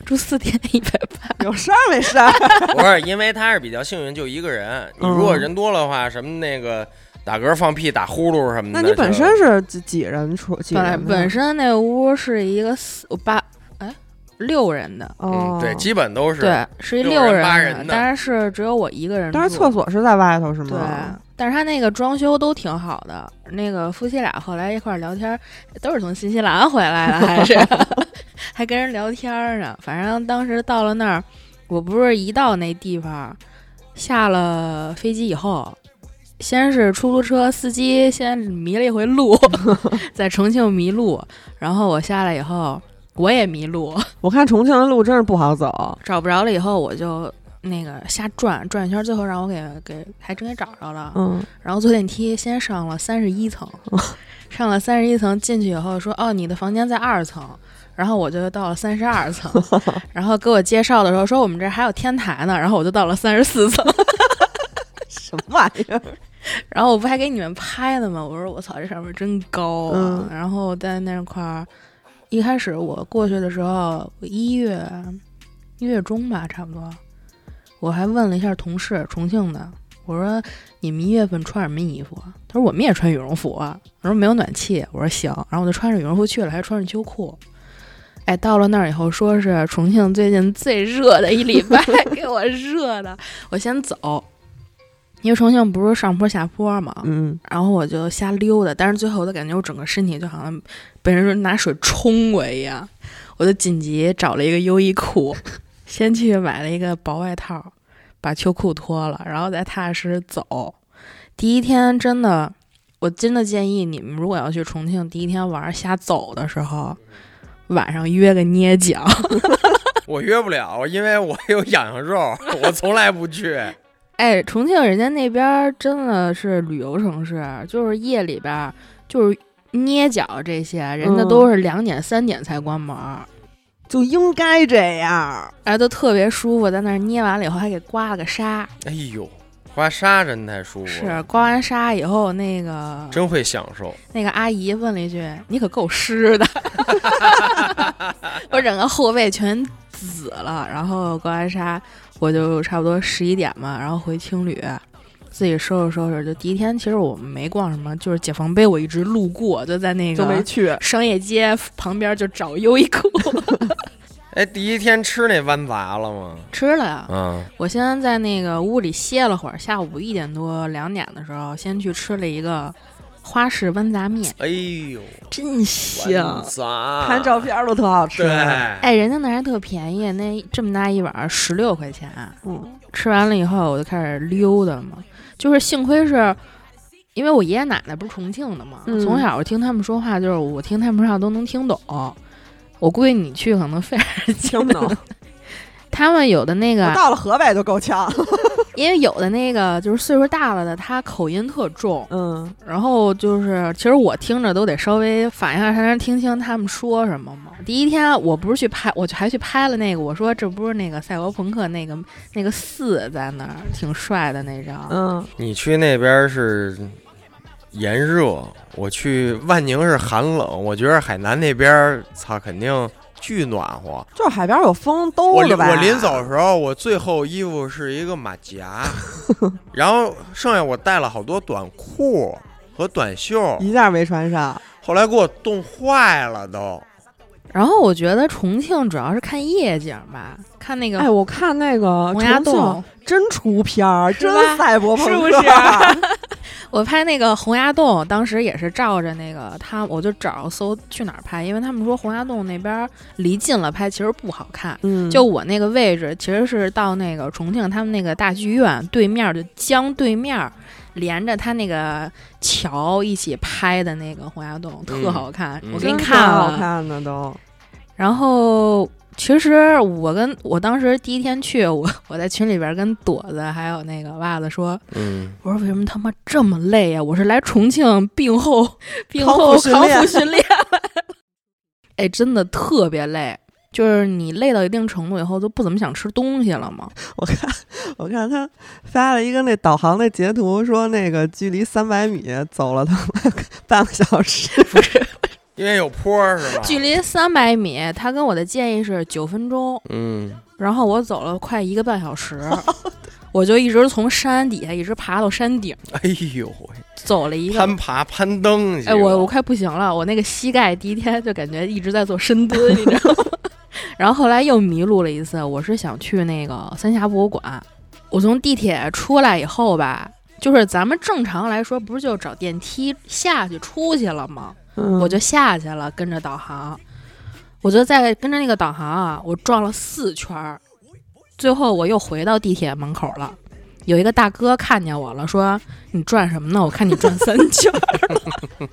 Speaker 2: 住四天一百八，
Speaker 1: 有事儿没事 儿？
Speaker 3: 不是，因为他是比较幸运，就一个人。
Speaker 1: 嗯
Speaker 3: 你如果人多的话，什么那个打嗝、放屁、打呼噜什么
Speaker 1: 那
Speaker 3: 的，
Speaker 1: 你本
Speaker 3: 就
Speaker 1: 身是几几人出？几
Speaker 2: 本来
Speaker 1: 人呢
Speaker 2: 本身那屋是一个四八哎六人的，
Speaker 1: 哦
Speaker 3: 嗯，，对，基本都是
Speaker 2: 对，是一
Speaker 3: 六人
Speaker 2: 人
Speaker 3: 八
Speaker 2: 的
Speaker 3: 人的
Speaker 2: 但是只有我一个人住。
Speaker 1: 但是厕所是在外头是
Speaker 2: 对
Speaker 1: 吗？，
Speaker 2: 但是他那个装修都挺好的。那个夫妻俩后来一块儿聊天儿，都是从新西兰回来的，还是 还跟人聊天儿呢。反正当时到了那儿，我不是一到那地方，下了飞机以后。先是出租车司机先迷了一回路，在重庆迷路，然后我下来以后我也迷路，
Speaker 1: 我看重庆的路真是不好走，
Speaker 2: 找不着了以后，我就那个瞎转转一圈，最后让我给给还真给找着了。
Speaker 1: 嗯，
Speaker 2: 然后坐电梯先上了三十一层，上了三十一层进去以后说哦，你的房间在二层。然后我就到了三十二层，然后给我介绍的时候说我们这儿还有天台呢，然后我就到了三十四层，
Speaker 1: 什么玩意儿？
Speaker 2: 然后我不还给你们拍呢吗？我说我操，这上面真高啊！
Speaker 1: 嗯
Speaker 2: 然后在那块儿，一开始我过去的时候，我一月一月中吧，差不多，我还问了一下同事，重庆的，我说你们一月份穿什么衣服啊？他说我们也穿羽绒服啊。我说没有暖气，我说行，然后我就穿着羽绒服去了，还穿着秋裤。哎，到了那儿以后，说是重庆最近最热的一礼拜，给我热的，我先走，因为重庆不是上坡下坡嘛，
Speaker 1: 嗯，
Speaker 2: 然后我就瞎溜达，但是最后我都感觉我整个身体就好像被人拿水冲过一样，我就紧急找了一个优衣库，先去买了一个薄外套，把秋裤脱了，然后再踏踏实实走。第一天真的，我真的建议你们如果要去重庆，第一天玩儿瞎走的时候，晚上约个捏脚，
Speaker 3: 我约不了，因为我有 痒痒肉，我从来不去。
Speaker 2: 哎，重庆人家那边儿真的是旅游城市，就是夜里边儿就是捏脚这些，人家
Speaker 1: 嗯
Speaker 2: 都是两点三点才关门儿，
Speaker 1: 就应该这样。
Speaker 2: 哎，都特别舒服，在那儿捏完了以后还给刮了个痧，
Speaker 3: 哎呦，刮痧真太舒服了，
Speaker 2: 是刮完痧以后那个
Speaker 3: 真会享受。
Speaker 2: 那个阿姨问了一句：“你可够 湿的。”我整个后背全紫了。然后刮完痧，我就差不多十一点嘛，然后回青旅，自己收拾收拾。就第一天，其实我们没逛什么，就是解放碑，我一直路过，就在那
Speaker 1: 就没
Speaker 2: 个
Speaker 1: 去，
Speaker 2: 商业街旁边就找优衣 库
Speaker 3: 哎，第一天吃那豌杂了吗？
Speaker 2: 吃了呀。
Speaker 1: 啊
Speaker 3: 嗯，
Speaker 2: 我先在那个屋里歇了会儿，下午一点多两点的时候，先去吃了一个花式豌杂面，
Speaker 3: 哎呦，
Speaker 2: 真
Speaker 3: 豌
Speaker 2: 香。
Speaker 3: 杂，
Speaker 1: 看照片儿都特好吃
Speaker 3: 对。，
Speaker 2: 哎，人家那还特便宜，那这么大一碗十六块钱。
Speaker 1: 嗯，
Speaker 2: 吃完了以后，我就开始溜达嘛。就是幸亏是，因为我爷爷奶奶不是重庆的嘛，
Speaker 1: 嗯
Speaker 2: 从小我听他们说话，就是我听他们说话都能听懂。我估计你去可能费点儿劲
Speaker 1: 听不懂。
Speaker 2: 他们有的那
Speaker 1: 我
Speaker 2: 个，
Speaker 1: 到了河北就够呛。
Speaker 2: 因为有的那个就是岁数大了的，他口音特重，
Speaker 1: 嗯，
Speaker 2: 然后就是，其实我听着都得稍微反应一下，才能听清他们说什么嘛。第一天我不是去拍，我就还去拍了那个，我说这不是那个赛博朋克那个那个四在那儿挺帅的那张，
Speaker 1: 嗯，
Speaker 3: 你去那边是炎热，我去万宁是寒冷。我觉得海南那边，操，肯定巨暖和。
Speaker 1: 就是海边有风兜
Speaker 3: 我
Speaker 1: 着
Speaker 3: 临
Speaker 1: 吧。
Speaker 3: 我临走的时候，我最后衣服是一个马 甲，然后剩下我带了好多短裤和短袖，
Speaker 1: 一件没穿上。
Speaker 3: 后来给我冻坏了都。
Speaker 2: 然后我觉得重庆主要是看夜景吧，看那个
Speaker 1: 哎，我看那个
Speaker 2: 洪崖
Speaker 1: 重
Speaker 2: 洞
Speaker 1: 庆，真出片儿，
Speaker 2: 是
Speaker 1: 真
Speaker 2: 吧
Speaker 1: 赛博朋
Speaker 2: 是不
Speaker 1: 克，
Speaker 2: 是？我拍那个洪崖洞，当时也是照着那个他，我就找搜去哪儿拍，因为他们说洪崖洞那边儿离近了拍其实不好看。
Speaker 1: 嗯，
Speaker 2: 就我那个位置，其实是到那个重庆他们那个大剧院对面儿，就江对面儿，连着他那个桥一起拍的那个洪崖洞，特
Speaker 3: 嗯
Speaker 2: 好看，
Speaker 3: 嗯
Speaker 2: 我给
Speaker 1: 真
Speaker 2: 你看啊
Speaker 1: 好
Speaker 2: 了。
Speaker 1: 看的都。
Speaker 2: 然后其实我跟我当时第一天去，我我在群里边儿跟朵子还有那个袜子说，
Speaker 3: 嗯，
Speaker 2: 我说为什么他妈这么累呀、我是来重庆病 后病
Speaker 1: 康复
Speaker 2: 后
Speaker 1: 训
Speaker 2: 康
Speaker 1: 练
Speaker 2: 复训练来了，哎，真的特别累。就是你累到一定程度以后，就不怎么想吃东西了嘛。
Speaker 1: 我看我看他发了一个那导航的截图，说那个距离三百米走了他妈 半个小 时，
Speaker 3: 因为有坡儿是吧？
Speaker 2: 距离三百米，他跟我的建议是九分钟，
Speaker 3: 嗯，
Speaker 2: 然后我走了快一个半小时，我就一直从山底下一直爬到山顶，
Speaker 3: 哎呦喂，
Speaker 2: 走了一个。
Speaker 3: 攀爬攀登去了，
Speaker 2: 哎，我我快不行了，我那个膝盖第一天就感觉一直在做深蹲，你知道吗？然后后来又迷路了一次，我是想去那个三峡博物馆，我从地铁出来以后吧，就是咱们正常来说不是就找电梯下去出去了吗？
Speaker 1: 嗯
Speaker 2: 我就下去了，跟着导航，我就在跟着那个导航啊，我转了四圈儿，最后我又回到地铁门口了。有一个大哥看见我了，说：“你转什么呢？我看你转三圈儿了。”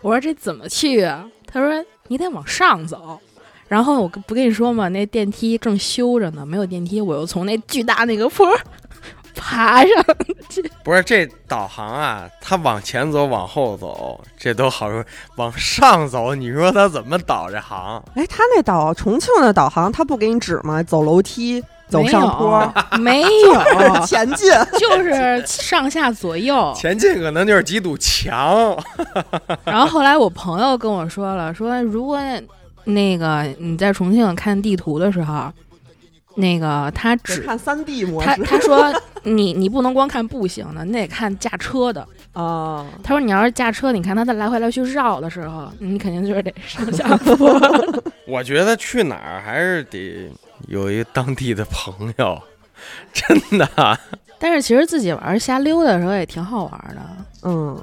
Speaker 2: 我说：“这怎么去啊？”他说：“你得往上走。”然后我跟不跟你说嘛，那电梯正修着呢，没有电梯，我又从那巨大那个坡儿爬上。
Speaker 3: 不是这导航啊，它往前走，往后走，这都好说。往上走，你说它怎么导这航？
Speaker 1: 哎，他那导重庆的导航，他不给你指吗？走楼梯，走上 坡，
Speaker 2: 没有，
Speaker 1: 前进。
Speaker 2: 就是上下 左右。
Speaker 3: 前进可能就是几堵墙，
Speaker 2: 然后后来我朋友跟我说了，说如果那个你在重庆看地图的时候，那个他
Speaker 1: 只
Speaker 2: 只
Speaker 1: 看三 D 模
Speaker 2: 他
Speaker 1: 式
Speaker 2: 他说你你不能光看步行的，你得看驾车的。
Speaker 1: 啊，
Speaker 2: 他说你要是驾车，你看他在来回来去绕的时候，你肯定就是得上下坡。
Speaker 3: 我觉得去哪儿还是得有一个当地的朋友， 真的啊。
Speaker 2: 但是其实自己玩儿瞎溜达的时候也挺好玩儿的，
Speaker 1: 嗯，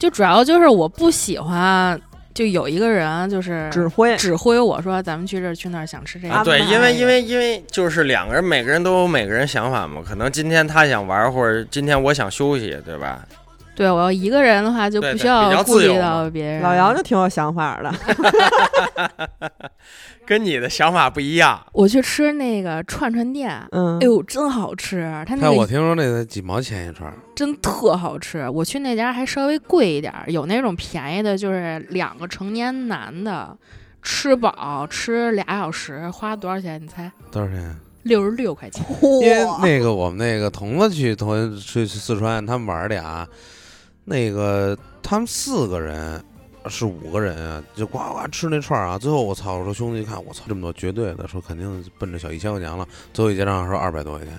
Speaker 2: 就主要就是我不喜欢，就有一个人就是
Speaker 1: 指挥
Speaker 2: 指挥我说咱们去这儿去那儿，想吃这个。
Speaker 1: 啊
Speaker 3: 对，
Speaker 1: 妈
Speaker 3: 因为
Speaker 1: 呀
Speaker 3: 因为因为就是两个人，每个人都有每个人想法嘛。可能今天他想玩，或者今天我想休息，对吧？
Speaker 2: 对我要一个人的话，就
Speaker 3: 对对
Speaker 2: 不需
Speaker 3: 比较
Speaker 2: 要
Speaker 3: 自
Speaker 2: 顾虑
Speaker 3: 由
Speaker 2: 到
Speaker 3: 嘛
Speaker 2: 别人。
Speaker 1: 老姚就挺有想法的，
Speaker 3: 跟你的想法不一样。
Speaker 2: 我去吃那个串串店，
Speaker 1: 嗯
Speaker 2: 哎，呦，真好吃！他那
Speaker 4: 但我
Speaker 2: 个
Speaker 4: 听说那才几毛钱一串儿，
Speaker 2: 真特好吃。我去那家还稍微贵一点儿，有那种便宜的，就是两个成年男的吃饱吃俩小时，花多少钱？你猜？
Speaker 4: 多少钱？啊
Speaker 2: 六十六块钱。
Speaker 4: 因为那个我们那个童子去同去去四川，他们玩儿俩，那个他们四个人是五个人啊，就呱呱吃那串儿啊。最后我操，我说兄弟一看，我操这么多，绝对的，说肯定奔着小一千块钱了。最后一结账说二百多块钱，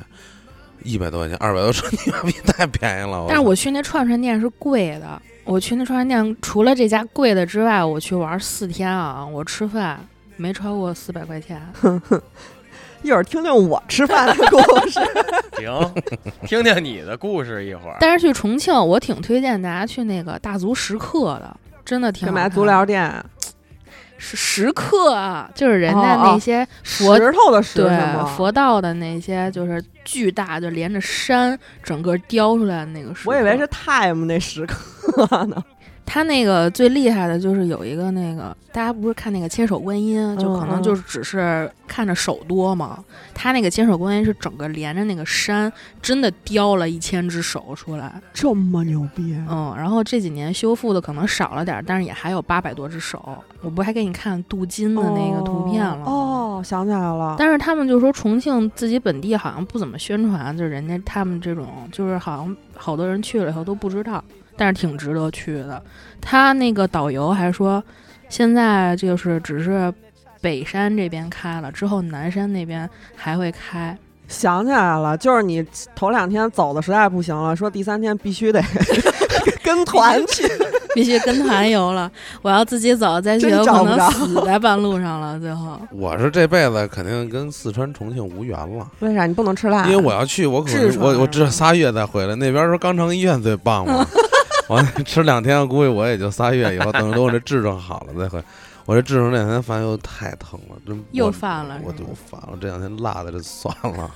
Speaker 4: 一百多块钱，二百多，说你妈逼太便宜 了。
Speaker 2: 但是我去那串串店是贵的。我去那串串店，除了这家贵的之外，我去玩四天啊，我吃饭没超过四百块钱。
Speaker 1: 一会儿听听我吃饭的故事。
Speaker 3: 行，听听你的故事一会儿。
Speaker 2: 但是去重庆，我挺推荐大家去那个大足食客的，真的 挺
Speaker 1: 干
Speaker 2: 好
Speaker 1: 嘛
Speaker 2: 看
Speaker 1: 足啊疗店？
Speaker 2: 是食客啊，就是人家
Speaker 1: 哦哦
Speaker 2: 那些佛、
Speaker 1: 石头的石是吗？
Speaker 2: 对佛道的那些，就是巨大，就连着山整个雕出来的那个石刻。
Speaker 1: 我以为是 time 那时刻呢。
Speaker 2: 他那个最厉害的就是有一个那个，大家不是看那个千手观音，就可
Speaker 1: 嗯
Speaker 2: 能
Speaker 1: 嗯
Speaker 2: 就是只是看着手多嘛。他那个千手观音是整个连着那个山，真的雕了一千只手出来。
Speaker 1: 这么牛逼、啊
Speaker 2: 嗯，然后这几年修复的可能少了点儿，但是也还有八百多只手。我不还给你看镀嗯金的那个图片了吗？
Speaker 1: 哦，想起来了，
Speaker 2: 但是他们就说重庆自己本地好像不怎么宣传，就是人家他们这种，就是好像好多人去了以后都不知道，但是挺值得去的。他那个导游还说，现在就是只是北山这边开了，之后南山那边还会开。
Speaker 1: 想起来了，就是你头两天走的实在不行了，说第三天必须得 跟团去，
Speaker 2: 必须跟团游了， 我要自己走再去，
Speaker 1: 真
Speaker 2: 有
Speaker 1: 找
Speaker 2: 可
Speaker 1: 不
Speaker 2: 能
Speaker 1: 着
Speaker 2: 死在半路上了。最后，
Speaker 4: 我是这辈子肯定跟四川重庆无缘了。
Speaker 1: 为啥你不能吃辣？
Speaker 4: 因为我要去，我可
Speaker 2: 痔
Speaker 4: 能
Speaker 2: 疮
Speaker 4: 我我
Speaker 2: 是吧
Speaker 4: 这仨月再回来，那边说肛肠医院最棒嘛，完了 吃两天，估计我也就仨月以后，等等我这痔疮好了再回。我这痔疮这两天发现又太疼了，真
Speaker 2: 又
Speaker 4: 我
Speaker 2: 犯了是
Speaker 4: 我
Speaker 2: 吗
Speaker 4: 就犯了，这两天辣的就算了。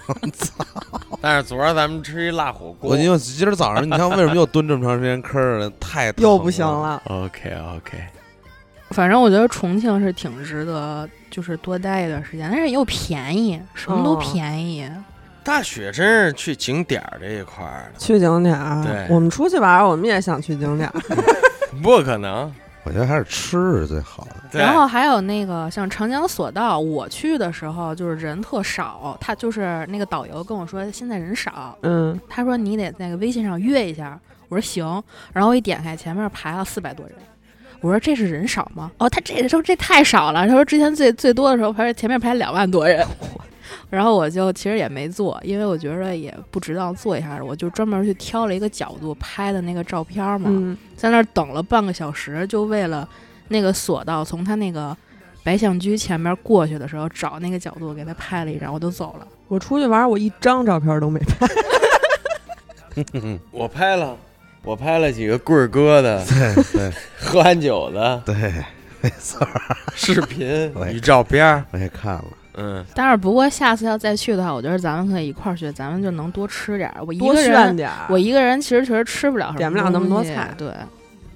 Speaker 3: 但是昨儿咱们吃一辣火锅
Speaker 4: 我因为今儿早上，你看为什么又蹲这么长时间坑儿了？太疼
Speaker 1: 又不行了，
Speaker 3: ，OK OK，
Speaker 2: 反正我觉得重庆是挺值得，就是多待一段时间，但是又便宜，什么都
Speaker 1: 哦
Speaker 2: 便宜。
Speaker 3: 大雪真是去景点儿这一块儿
Speaker 1: 去景点儿啊
Speaker 3: 对
Speaker 1: 我们出去玩儿，我们也想去景点儿。
Speaker 3: 的，不可能。
Speaker 4: 我觉得还是吃是最好的。
Speaker 3: 对
Speaker 2: 然后还有那个像长江索道，我去的时候就是人特少，他就是那个导游跟我说现在人少，
Speaker 1: 嗯，
Speaker 2: 他说你得在微信上约一下，我说行，然后我一点开前面排了四百多人。我说这是人少吗？哦，他这说这太少了。他说之前最最多的时候排前面排两万多人， 然后我就其实也没做，因为我觉得也不值当做一下，我就专门去挑了一个角度拍的那个照片嘛。
Speaker 1: 嗯
Speaker 2: 在那儿等了半个小时，就为了那个索道从他那个白象居前面过去的时候找那个角度给他拍了一张，我就走了。
Speaker 1: 我出去玩儿，我一张照片都没拍。
Speaker 3: 我拍了，我拍了几个棍儿哥的、
Speaker 4: 对对
Speaker 3: 喝完酒的
Speaker 4: 对，没错儿，
Speaker 3: 视频
Speaker 4: 对
Speaker 3: 与照片儿。
Speaker 4: 我也看了。
Speaker 3: 嗯，
Speaker 2: 但是不过下次要再去的话，我觉得咱们可以一块儿去，咱们就能多吃点儿。我一
Speaker 1: 多
Speaker 2: 个
Speaker 1: 炫
Speaker 2: 人，
Speaker 1: 点儿，啊
Speaker 2: 我一个人其实确实吃不了什么，
Speaker 1: 点不了那么多菜
Speaker 2: 对，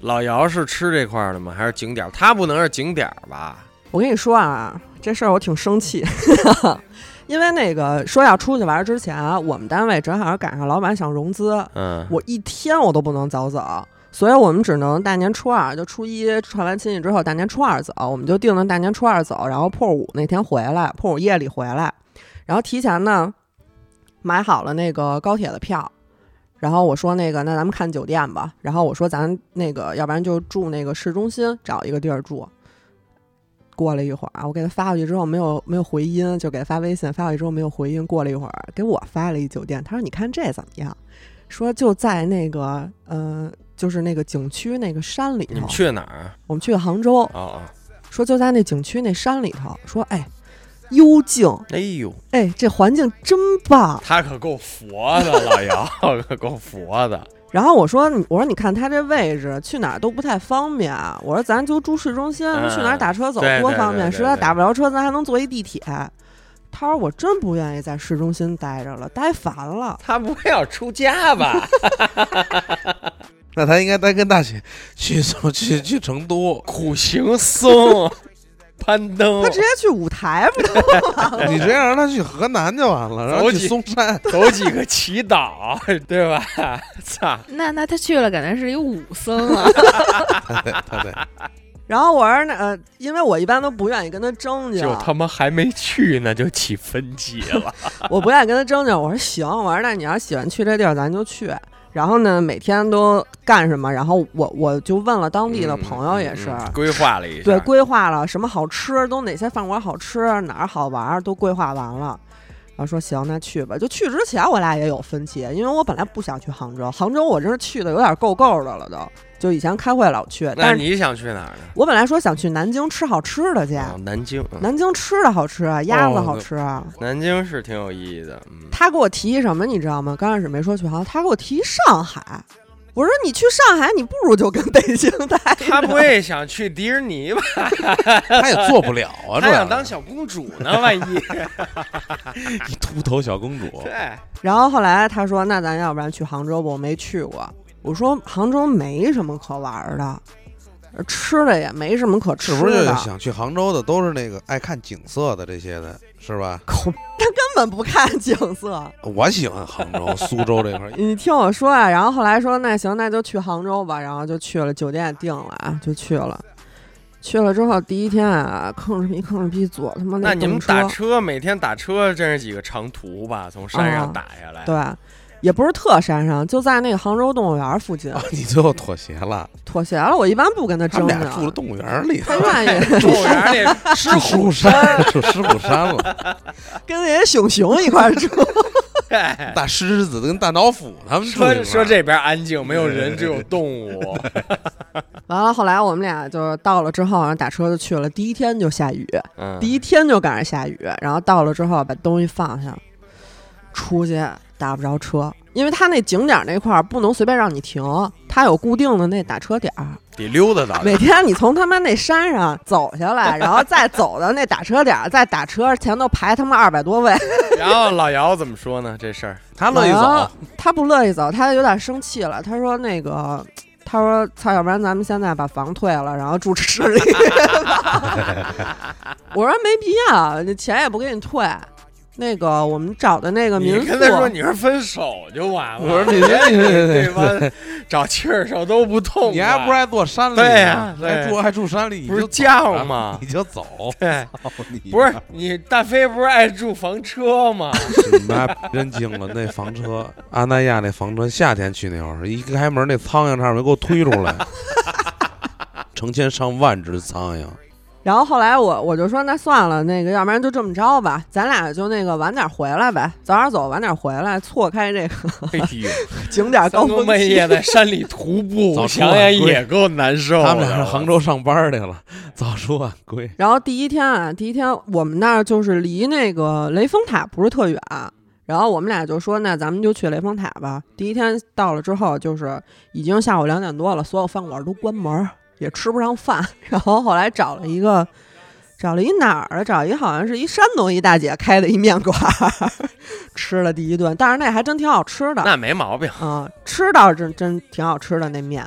Speaker 3: 老姚是吃这块儿的吗？还是景点儿？他不能是景点儿吧？
Speaker 1: 我跟你说啊，这事儿我挺生气， 因为那个说要出去玩儿之前啊，我们单位正好赶上老板想融资，
Speaker 3: 嗯，
Speaker 1: 我一天我都不能早走，所以我们只能大年初二，就初一串完亲戚之后，大年初二走，我们就定的大年初二走，然后破五那天回来，破五夜里回来，然后提前呢买好了那个高铁的票。然后我说那个，那咱们看酒店吧。然后我说咱那个，要不然就住那个市中心，找一个地儿住。过了一会儿啊，我给他发过去之后没有没有回音，就给他发微信，发过去之后没有回音。过了一会儿，给我发了一酒店，他说你看这怎么样？说就在那个呃，就是那个景区那个山里
Speaker 3: 你
Speaker 1: 头
Speaker 3: 们，嗯去哪儿？啊
Speaker 1: 我们去杭州，
Speaker 3: 哦哦，
Speaker 1: 说就在那景区那山里头，说哎，幽静，
Speaker 3: 哎呦，
Speaker 1: 哎，这环境真棒。
Speaker 3: 他可够佛的，老姚 可够佛的。
Speaker 1: 然后我说，你我说你看他这位置去哪儿都不太方便啊。我说咱就住市中心，
Speaker 3: 嗯
Speaker 1: 去哪儿打车走
Speaker 3: 对
Speaker 1: 多
Speaker 3: 对
Speaker 1: 方
Speaker 3: 对
Speaker 1: 便，
Speaker 3: 对
Speaker 1: 实在
Speaker 3: 对
Speaker 1: 打不着车，咱还能坐一地铁。他说我真不愿意在市中心待着了，待烦了。
Speaker 3: 他不会要出家吧？？
Speaker 4: 那他应该单跟大姐去什么去去成都
Speaker 3: 苦行僧， 攀登
Speaker 1: 他，直接去舞台不 就
Speaker 4: 你直接让他去河南就完了，然后
Speaker 3: 走
Speaker 4: 去
Speaker 3: 起
Speaker 4: 嵩山。
Speaker 3: 走几个祈祷，对吧？ 操，
Speaker 2: 那那他去了，感觉是一武僧 啊。
Speaker 4: 对对对，
Speaker 1: 然后我说那呃，因为我一般都不愿意跟他争竞，
Speaker 3: 就他妈还没去呢，就起分歧了。
Speaker 1: 我不愿意跟他争竞。我说行，我说那你要喜欢去这地儿，咱就去。然后呢，每天都干什么？然后我我就问了当地的朋友，也是、
Speaker 3: 嗯嗯嗯规划了一下，
Speaker 1: 对规划了什么好吃，都哪些饭馆好吃，哪儿好玩儿都规划完了。然后说行，那去吧。就去之前我俩也有分歧，因为我本来不想去杭州，杭州我真是去的有点够够的了都。就以前开会老去，
Speaker 3: 那
Speaker 1: 但是
Speaker 3: 你想去哪儿呢？
Speaker 1: 我本来说想去南京吃好吃的去，
Speaker 3: 啊，南京，嗯
Speaker 1: 哎
Speaker 3: 哦
Speaker 1: 南京吃的好吃，啊，鸭子好吃。啊。
Speaker 3: 南京是挺有意义的。嗯，
Speaker 1: 他给我提什么，你知道吗？刚开始没说去杭州，他给我提上海。我说你去上海，你不如就跟北京待着。
Speaker 3: 他不会想去迪士尼吧？
Speaker 4: 他也做不了啊，
Speaker 3: 他
Speaker 4: 这
Speaker 3: 想当小公主 呢，万一
Speaker 4: 一秃头小公主。
Speaker 3: 对，
Speaker 1: 然后后来他说：“那咱要不然去杭州吧？我没去过。”我说：“杭州没什么可玩儿的，呃吃的也没什么可吃
Speaker 4: 是
Speaker 1: 的。
Speaker 4: 不是就啊
Speaker 1: 根
Speaker 4: 想去杭州的都是那个爱看景色的这些的，是 吧？
Speaker 1: 本不看景色。
Speaker 4: 我喜欢杭州、苏州 这块儿”，
Speaker 1: 你听我说啊，然后后来说：“那行，那就去杭州吧。”然后就去了，酒店也定了啊，就去了。去了之后，第一天啊，吭哧逼吭哧逼坐他妈
Speaker 3: 那你
Speaker 1: 动
Speaker 3: 们
Speaker 1: 车，
Speaker 3: 打车，每天打车真是几个长途吧？从山上
Speaker 1: 啊
Speaker 3: 打下来，
Speaker 1: 对，也不是特山上，就在那个杭州动物园附近。
Speaker 4: 哦啊你最后妥协了。
Speaker 1: 妥协了，我一般不跟他
Speaker 4: 他们
Speaker 1: 争
Speaker 4: 俩
Speaker 3: 啊
Speaker 4: 住
Speaker 1: 的
Speaker 4: 了，动物园里，
Speaker 1: 他愿意
Speaker 3: 动 物园
Speaker 1: 啊
Speaker 3: 里
Speaker 4: 石虎山，住石虎 山了。
Speaker 1: 跟那些熊熊一块儿住。
Speaker 3: 对
Speaker 4: 大狮子跟大老虎他们住一块
Speaker 3: 哎说
Speaker 4: 儿
Speaker 3: 说这边安静，没有人，只有动物。
Speaker 1: 完了，后来我们俩就是到了之后，然后打车就去了。第一天就下雨，
Speaker 3: 嗯
Speaker 1: 第一天就赶上下雨，然后到了之后把东西放下，出去打不着车，因为他那景点那块儿不能随便让你停，他有固定的那打车点儿。
Speaker 3: 得溜达到
Speaker 1: 每天你从他妈那山上走下来，然后再走到那打车点 儿，再打车，前头排他妈二百多位。
Speaker 3: 然后老姚怎么说呢？这事儿
Speaker 4: 他乐意
Speaker 1: 啊
Speaker 4: 走，
Speaker 1: 他不乐意走，他有点生气了。他说：“那个，他说，操，要不然咱们现在把房退了，然后住市 里吧。”我说：“没必要，这钱也不给你退。”那个我们找的那个
Speaker 3: 你
Speaker 1: 民宿
Speaker 3: 跟，他说你是分手就完了。哎
Speaker 4: 啊我说你这你
Speaker 3: 这
Speaker 4: 这
Speaker 3: 帮找气儿手都不痛快，
Speaker 4: 你还不是爱坐山里呢？
Speaker 3: 啊对呀对
Speaker 4: 还住还住山里，你
Speaker 3: 不是
Speaker 4: 就走啊
Speaker 3: 犟吗
Speaker 4: 你就走，
Speaker 3: 对，
Speaker 4: 操你
Speaker 3: 不是你大飞不是爱住房车吗？
Speaker 4: 你妈真惊了！那房车，阿那亚那房车，夏天去那会儿，一开门那苍蝇差点没给我推出来，成千上万只苍蝇。
Speaker 1: 然后后来我我就说那算了，那个要不然就这么着吧，咱俩就那个晚点回来呗，早点走晚点回来，错开这个
Speaker 3: 哎呦，
Speaker 1: 景点高
Speaker 3: 三更
Speaker 1: 峰
Speaker 3: 半夜
Speaker 1: 期。
Speaker 3: 在山里徒步，
Speaker 4: 早
Speaker 3: 我
Speaker 4: 出晚
Speaker 3: 想想
Speaker 4: 归
Speaker 3: 也够难受的。
Speaker 4: 他们俩上杭州上班去了，早出晚归。
Speaker 1: 然后第一天啊，第一天我们那儿就是离那个雷峰塔不是特远，然后我们俩就说那咱们就去雷峰塔吧。第一天到了之后，就是已经下午两点多了，所有饭馆都关门，也吃不上饭。 然后后来找了一个，找了一哪儿啊？找一好像是一山东一大姐开的一面馆儿， 吃了第一顿，但是那还真挺好吃的。
Speaker 3: 那没毛病。
Speaker 1: 嗯，吃到真真挺好吃的那面，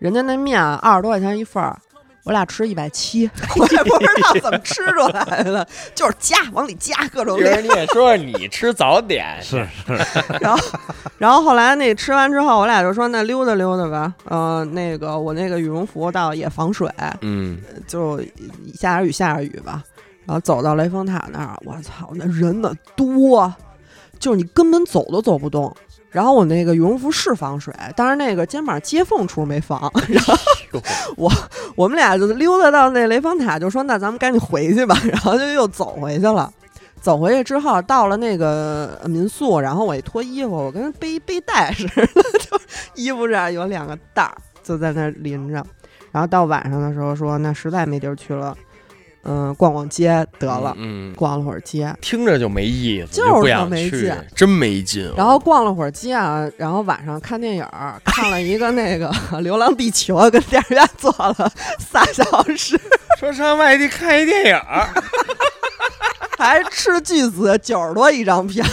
Speaker 1: 人家那面啊二十多块钱一份儿，我俩吃一百七， 我也不知道怎么吃出来 的，就是加往里加各种
Speaker 3: 一
Speaker 1: 料。
Speaker 3: 会儿你也说说你吃早点， 嗯
Speaker 4: 是是，
Speaker 1: 然后，然后后来那吃完之后，我俩就说那溜达溜达吧。嗯、那个我那个羽绒服倒也防水，
Speaker 3: 嗯，
Speaker 1: 就下点雨下点雨吧。然后走到雷峰塔那儿，我操，那人的多，就是你根本走都走不动。然后我那个羽绒服是防水，但是那个肩膀接缝处没防。
Speaker 3: 哎
Speaker 1: 然后 我我们俩就溜达到那雷峰塔，就说那咱们赶紧回去吧。然后就又走回去了。走回去之后，到了那个呃民宿，然后我一脱衣服，我跟背背带似的， 就衣服这儿有两个袋儿，就在那儿拎着。然后到晚上的时候说，那实在没地儿去了，嗯、逛逛街得了。
Speaker 3: 嗯，
Speaker 1: 逛了会儿街，
Speaker 3: 听着就没意思，
Speaker 1: 就是
Speaker 3: 不想
Speaker 1: 没
Speaker 3: 去
Speaker 1: 劲，
Speaker 3: 真没 劲。
Speaker 1: 然后逛了会儿街啊，然后晚上看电影儿，看了一个那个 《流浪地球》，啊跟电影院坐了仨小时，
Speaker 3: 说上外地看一电影儿，
Speaker 1: 还斥巨资九十多一张票。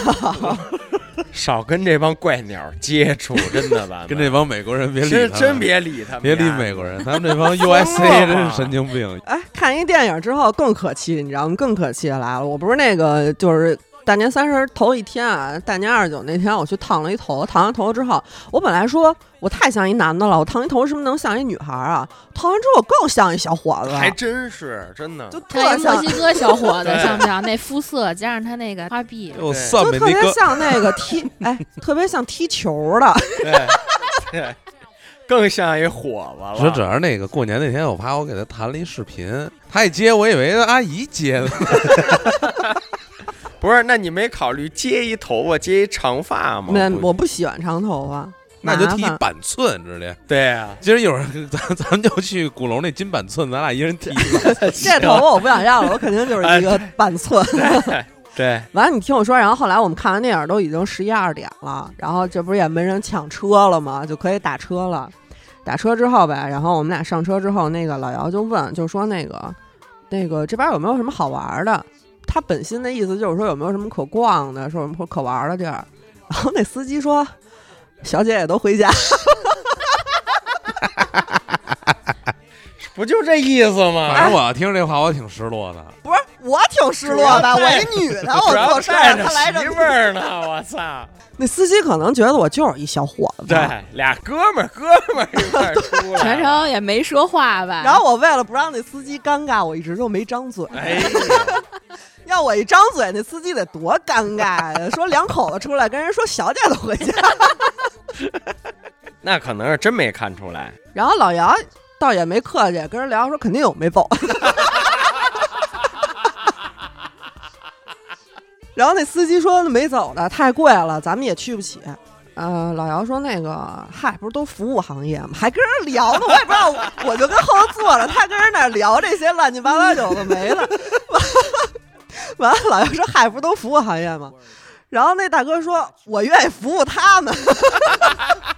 Speaker 3: 少跟这帮怪鸟接触，真的吧？
Speaker 4: 跟这帮美国人别理他
Speaker 3: 真
Speaker 4: 们，
Speaker 3: 真别理他们，
Speaker 4: 别理美。国人，他们这帮 USA 真是神经病。
Speaker 1: 哎，看一电影之后更可气，你知道吗？更可气的来了，我不是那个就是。大年三十头一天啊，大年二十九那天我去烫了一头，烫完头之后，我本来说我太像一男的了，我烫一头是不是能像一女孩啊？烫完之后我更像一小伙子了，啊
Speaker 3: 还真是真的
Speaker 1: 就，特
Speaker 5: 看一墨
Speaker 1: 像
Speaker 5: 西哥小伙子
Speaker 3: 对
Speaker 5: 像不像？那肤色加上他那个花臂，
Speaker 4: 我算
Speaker 1: 就
Speaker 4: 没
Speaker 1: 特
Speaker 4: 那
Speaker 1: 别
Speaker 4: 个，
Speaker 1: 像那个踢，哎，特别像踢球的。
Speaker 3: 对对，更像一伙子
Speaker 4: 只
Speaker 3: 了。
Speaker 4: 主要是那个过年那天，我怕我给他弹了一视频，他一接，我以为阿姨接的，
Speaker 3: 不是，那你没考虑接一头发，接一长发吗？
Speaker 1: 那我不喜欢长头发，
Speaker 4: 那就剃
Speaker 1: 麻烦
Speaker 4: 板寸，直接。
Speaker 3: 对啊，
Speaker 4: 今儿一会儿咱咱们就去鼓楼那金板寸，咱俩一人剃哎一个。
Speaker 1: 这头发我不想要了，我肯定就是一个板 寸。
Speaker 3: 对，
Speaker 1: 完了，你听我说，然后后来我们看完电影都已经十一二点了，然后这不是也没人抢车了吗？就可以打车了。打车之后呗，然后我们俩上车之后，那个老姚就问，就说那个那个这边有没有什么好玩的？他本心的意思就是说有没有什么可逛的，说有没有可玩的地儿。然后那司机说，小姐也都回家
Speaker 3: 不就这意思吗？
Speaker 4: 反正我听着这话，我挺失落的。
Speaker 1: 不是我挺失落的，我一女的，我
Speaker 3: 主要
Speaker 1: 哦坐车
Speaker 3: 带
Speaker 1: 上
Speaker 3: 着
Speaker 1: 他来
Speaker 3: 媳
Speaker 1: 这
Speaker 3: 妇儿呢，我操！
Speaker 1: 那司机可能觉得我就是一小伙子，
Speaker 3: 对，俩哥们儿，哥们儿一块儿出来，
Speaker 5: 全程也没说话吧？
Speaker 1: 然后我为了不让那司机尴尬，我一直就没张嘴。
Speaker 3: 哎呀，
Speaker 1: 要我一张嘴，那司机得多尴尬呀！说两口子出来跟人说小姐都回家。
Speaker 3: 那可能是真没看出来。
Speaker 1: 然后老姚倒也没客气，跟人聊说肯定有没走。然后那司机说没走的太贵了，咱们也去不起。呃，老姚说那个，嗨，不是都服务行业吗？还跟人聊呢，我也不知道，我我就跟后头坐着，他跟人那儿聊这些乱七八糟有的没的。 完了，老姚说嗨，不是都服务行业吗？然后那大哥说，我愿意服务他们。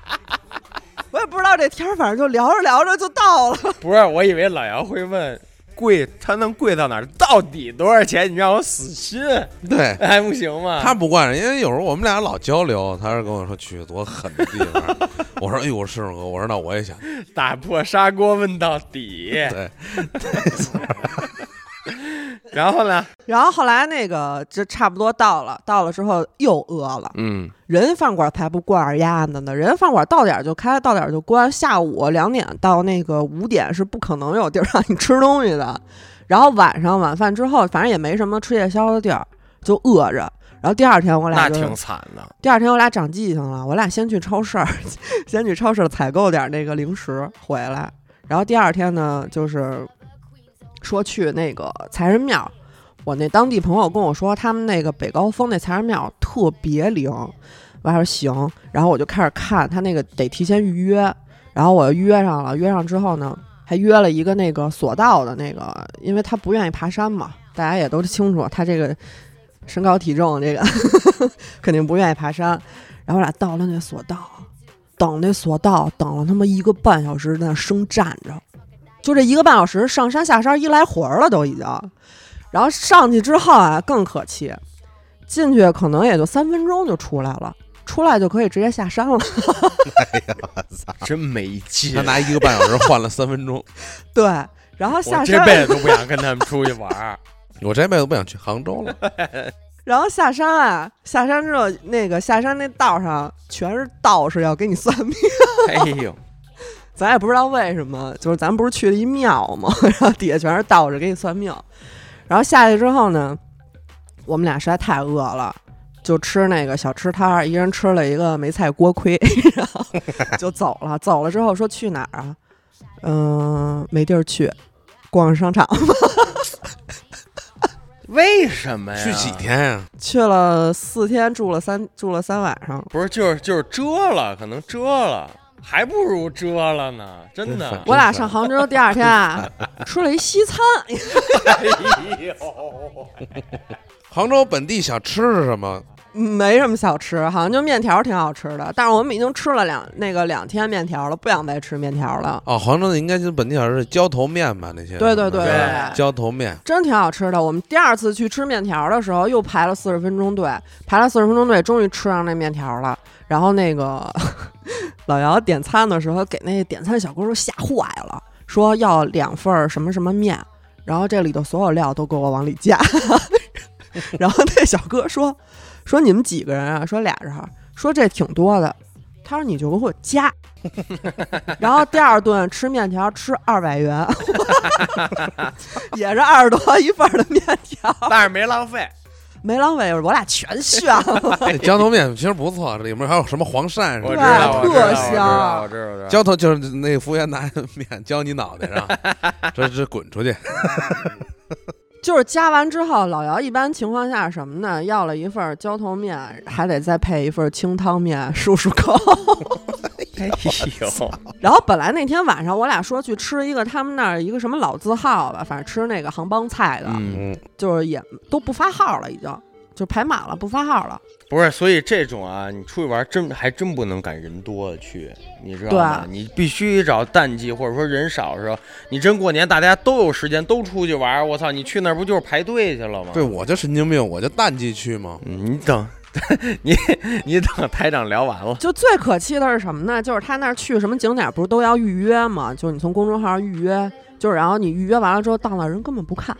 Speaker 1: 我也不知道这天儿，反正就聊着聊着就到了。
Speaker 3: 不是，我以为老姚会问贵，他能贵到哪儿？到底多少钱？你让我死心，
Speaker 4: 对，
Speaker 3: 还不行吗？
Speaker 4: 他不惯着，因为有时候我们俩老交流，他是跟我说去多狠的地方，我说哎呦是哥，我说那我也想，
Speaker 3: 打破砂锅问到底，
Speaker 4: 对，
Speaker 3: 然后呢？
Speaker 1: 然后后来那个就差不多到了，到了之后又饿了。
Speaker 3: 嗯，
Speaker 1: 人饭馆才不惯着鸭子呢，人饭馆到点儿就开，到点儿就关，下午两点到那个五点是不可能有地儿让你吃东西的。然后晚上晚饭之后，反正也没什么吃夜宵的地儿，就饿着。然后第二天我俩
Speaker 3: 那
Speaker 1: 就
Speaker 3: 挺惨的。
Speaker 1: 第二天我俩长记性了，我俩先去超市儿， 先去超市儿采购点儿那个零食回来，然后第二天呢，就是说去那个财神庙。我那当地朋友跟我说，他们那个北高峰那财神庙特别灵。我还说行，然后我就开始看，他那个得提前预约，然后我约上了，约上之后呢，还约了一个那个索道的那个，因为他不愿意爬山嘛，大家也都清楚他这个身高体重这个肯定不愿意爬山。然后我俩到了那索道，等那索道等了他妈一个半小时，在那生站着，就这一个半小时上山下山一来回儿了都已经。然后上去之后啊，更可气，进去可能也就三分钟就出来了，出来就可以直接下山了。
Speaker 3: 真没劲
Speaker 4: 他拿一个半小时换了三分钟。
Speaker 1: 对，然后
Speaker 3: 我
Speaker 1: 下
Speaker 3: 这
Speaker 1: 山，
Speaker 3: 辈子都不想跟他们出去 玩儿。
Speaker 4: 我这辈子不想去杭州了，
Speaker 1: 然后下山啊，下山之后那个下山那道上全是道士要给你算命，
Speaker 3: 哎呦，
Speaker 1: 咱也不知道为什么，就是咱不是去了一庙吗？ 然后底下全是道士给你算命，然后下去之后呢，我们俩实在太饿了。就吃那个小吃摊儿，一人吃了一个梅菜锅盔， 然后就走了。走了之后说去哪儿啊？嗯、没地儿去，逛商场。
Speaker 3: 为什么呀？
Speaker 4: 去几？天哎啊呀？
Speaker 1: 去了四天，住了三住了三晚上。
Speaker 3: 不是，就是就是遮了，可能遮了，还不如遮了呢，真
Speaker 4: 真
Speaker 3: 的
Speaker 4: 烦。
Speaker 1: 我俩上杭州第二天啊，吃了一西餐，
Speaker 3: 哎呦，
Speaker 4: 杭州本地小吃是什么？
Speaker 1: 没什么小吃，好像就面条挺好吃的。但是我们已经吃了两那个两天面条了，不想再吃面条了。
Speaker 4: 哦，杭州的应该就是本地小吃，浇头面吧那些。
Speaker 1: 对对对
Speaker 3: 对
Speaker 4: 浇头面。
Speaker 1: 真挺好吃的。我们第二次去吃面条的时候，又排了四十分钟队，排了四十分钟队，终于吃上那面条了。然后那个 老姚点餐的时候，给那点餐小哥都吓坏了，说要两份儿什么什么面，然后这里头所有料都给我往里加。 然后那小哥说说你们几个人啊？说俩人儿，说这挺多的。他说：“你就给我加。”然后第二顿吃面条吃二百元，也是二十多一份儿的面条，
Speaker 3: 但是没浪费。
Speaker 1: 没浪费，我俩全啊炫 了。
Speaker 4: 那浇头面其实不错，这里面还有什么黄鳝什
Speaker 3: 哎我
Speaker 4: 么
Speaker 3: 知
Speaker 4: 的。啊
Speaker 3: 道，我知道
Speaker 1: 啊特香
Speaker 3: 我知道，我知道我知道，
Speaker 4: 浇头就是那服务员拿 面浇你脑袋上， 这这滚出去。
Speaker 1: 就是加完之后，老姚一般情况下什么呢？要了一份儿浇头面，还得再配一份儿清汤面漱漱口。
Speaker 3: 哎呦，
Speaker 1: 然后本来那天晚上我俩说去吃一个他们那儿一个什么老字号吧，反正吃那个杭帮菜的，
Speaker 3: 嗯，
Speaker 4: 嗯，
Speaker 1: 就是也都不发号了，已经就排满了，不发号了。
Speaker 3: 不是，所以这种啊，你出去玩真还真不能赶人多的去，你知道
Speaker 1: 啊
Speaker 3: 吗？你必须找淡季或者说人少的时候。你真过年大家都有时间，都出去玩，我操，你去那儿不就是排队去了吗？
Speaker 4: 对，我就神经病，我就淡季去嘛。
Speaker 3: 嗯，你等， 你你等台长聊完了。
Speaker 1: 就最可气的是什么呢？就是他那儿去什么景点不是都要预约吗？就是你从公众号预约，就是然后你预约完了之后到那儿人根本不看，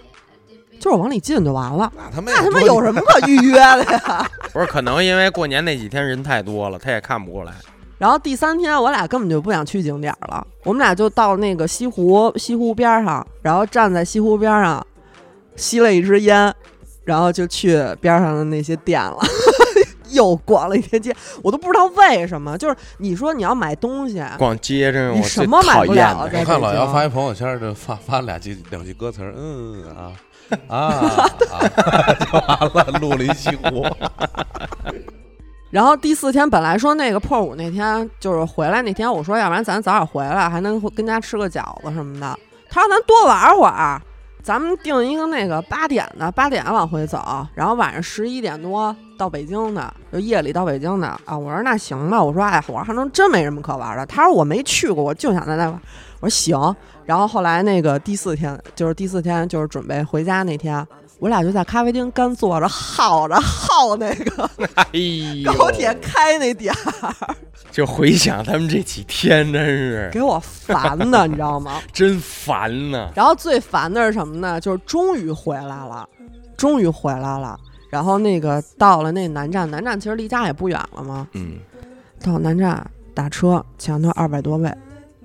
Speaker 1: 就是我往里进就完了。
Speaker 4: 那啊他 妈
Speaker 1: 那他妈有什么可预约的呀？
Speaker 3: 不是，可能因为过年那几天人太多了，他也看不过来。
Speaker 1: 然后第三天我俩根本就不想去景点了，我们俩就到那个西湖西湖边儿上，然后站在西湖边儿上吸了一支烟，然后就去边儿上的那些店了。 又逛了一天街，我都不知道为什么。就是你说你要买东西，
Speaker 3: 逛街真是我
Speaker 1: 你
Speaker 3: 最
Speaker 1: 什么买
Speaker 3: 讨
Speaker 1: 不
Speaker 3: 厌
Speaker 1: 了
Speaker 3: 的
Speaker 1: 这
Speaker 4: 我看老
Speaker 1: 北
Speaker 4: 姚
Speaker 1: 京啊
Speaker 4: 发一朋友圈，就发发俩句两句歌词儿，嗯啊 啊啊，就完了，录了一西湖。
Speaker 1: 然后第四天本来说那个破五那天就是回来那天，我说要不然咱早点回来，还能跟家吃个饺子什么的。他说咱多玩会儿，咱们定一个那个八点的，八点往回走，然后晚上十一点多到北京的，就夜里到北京的啊。我说那行吧，我说哎，我说还能真没什么可玩的。他说我没去过，我就想在那玩。我说行。然后后来那个第四天就是第四天就是准备回家那天，我俩就在咖啡厅干坐着耗着耗那个
Speaker 3: 哎 呦，
Speaker 1: 高铁开那点儿，
Speaker 3: 就回想他们这几天，真是
Speaker 1: 给我烦的，你知道吗？
Speaker 3: 真烦呐、
Speaker 1: 然后最烦的是什么呢？就是终于回来了，终于回来了。然后那个到了那南站，南站其实离家也不远了嘛。
Speaker 3: 嗯，
Speaker 1: 到南站打车，前头二百多位，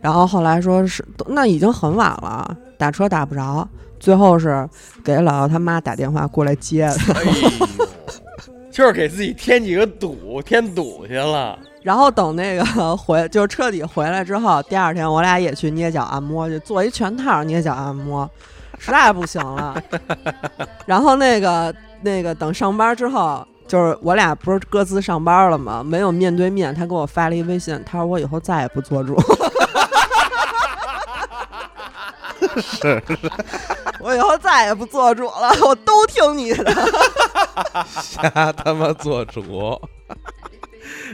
Speaker 1: 然后后来说是都那已经很晚了，打车打不着，最后是给姥姥他妈打电话过来接的。
Speaker 3: 哎呦， 就是给自己添几个堵，添堵去了。
Speaker 1: 然后等那个 回就彻底回来之后，第二天我俩也去捏脚按摩去，做一全套捏脚按摩，实在不行了。然后那个那个等上班之后，就是我俩不是各自上班了吗？没有面对面，他给我发了一微信，他说我以后再也不做主。 我以后再也不做主了，我都听你的。
Speaker 4: 瞎他妈做主。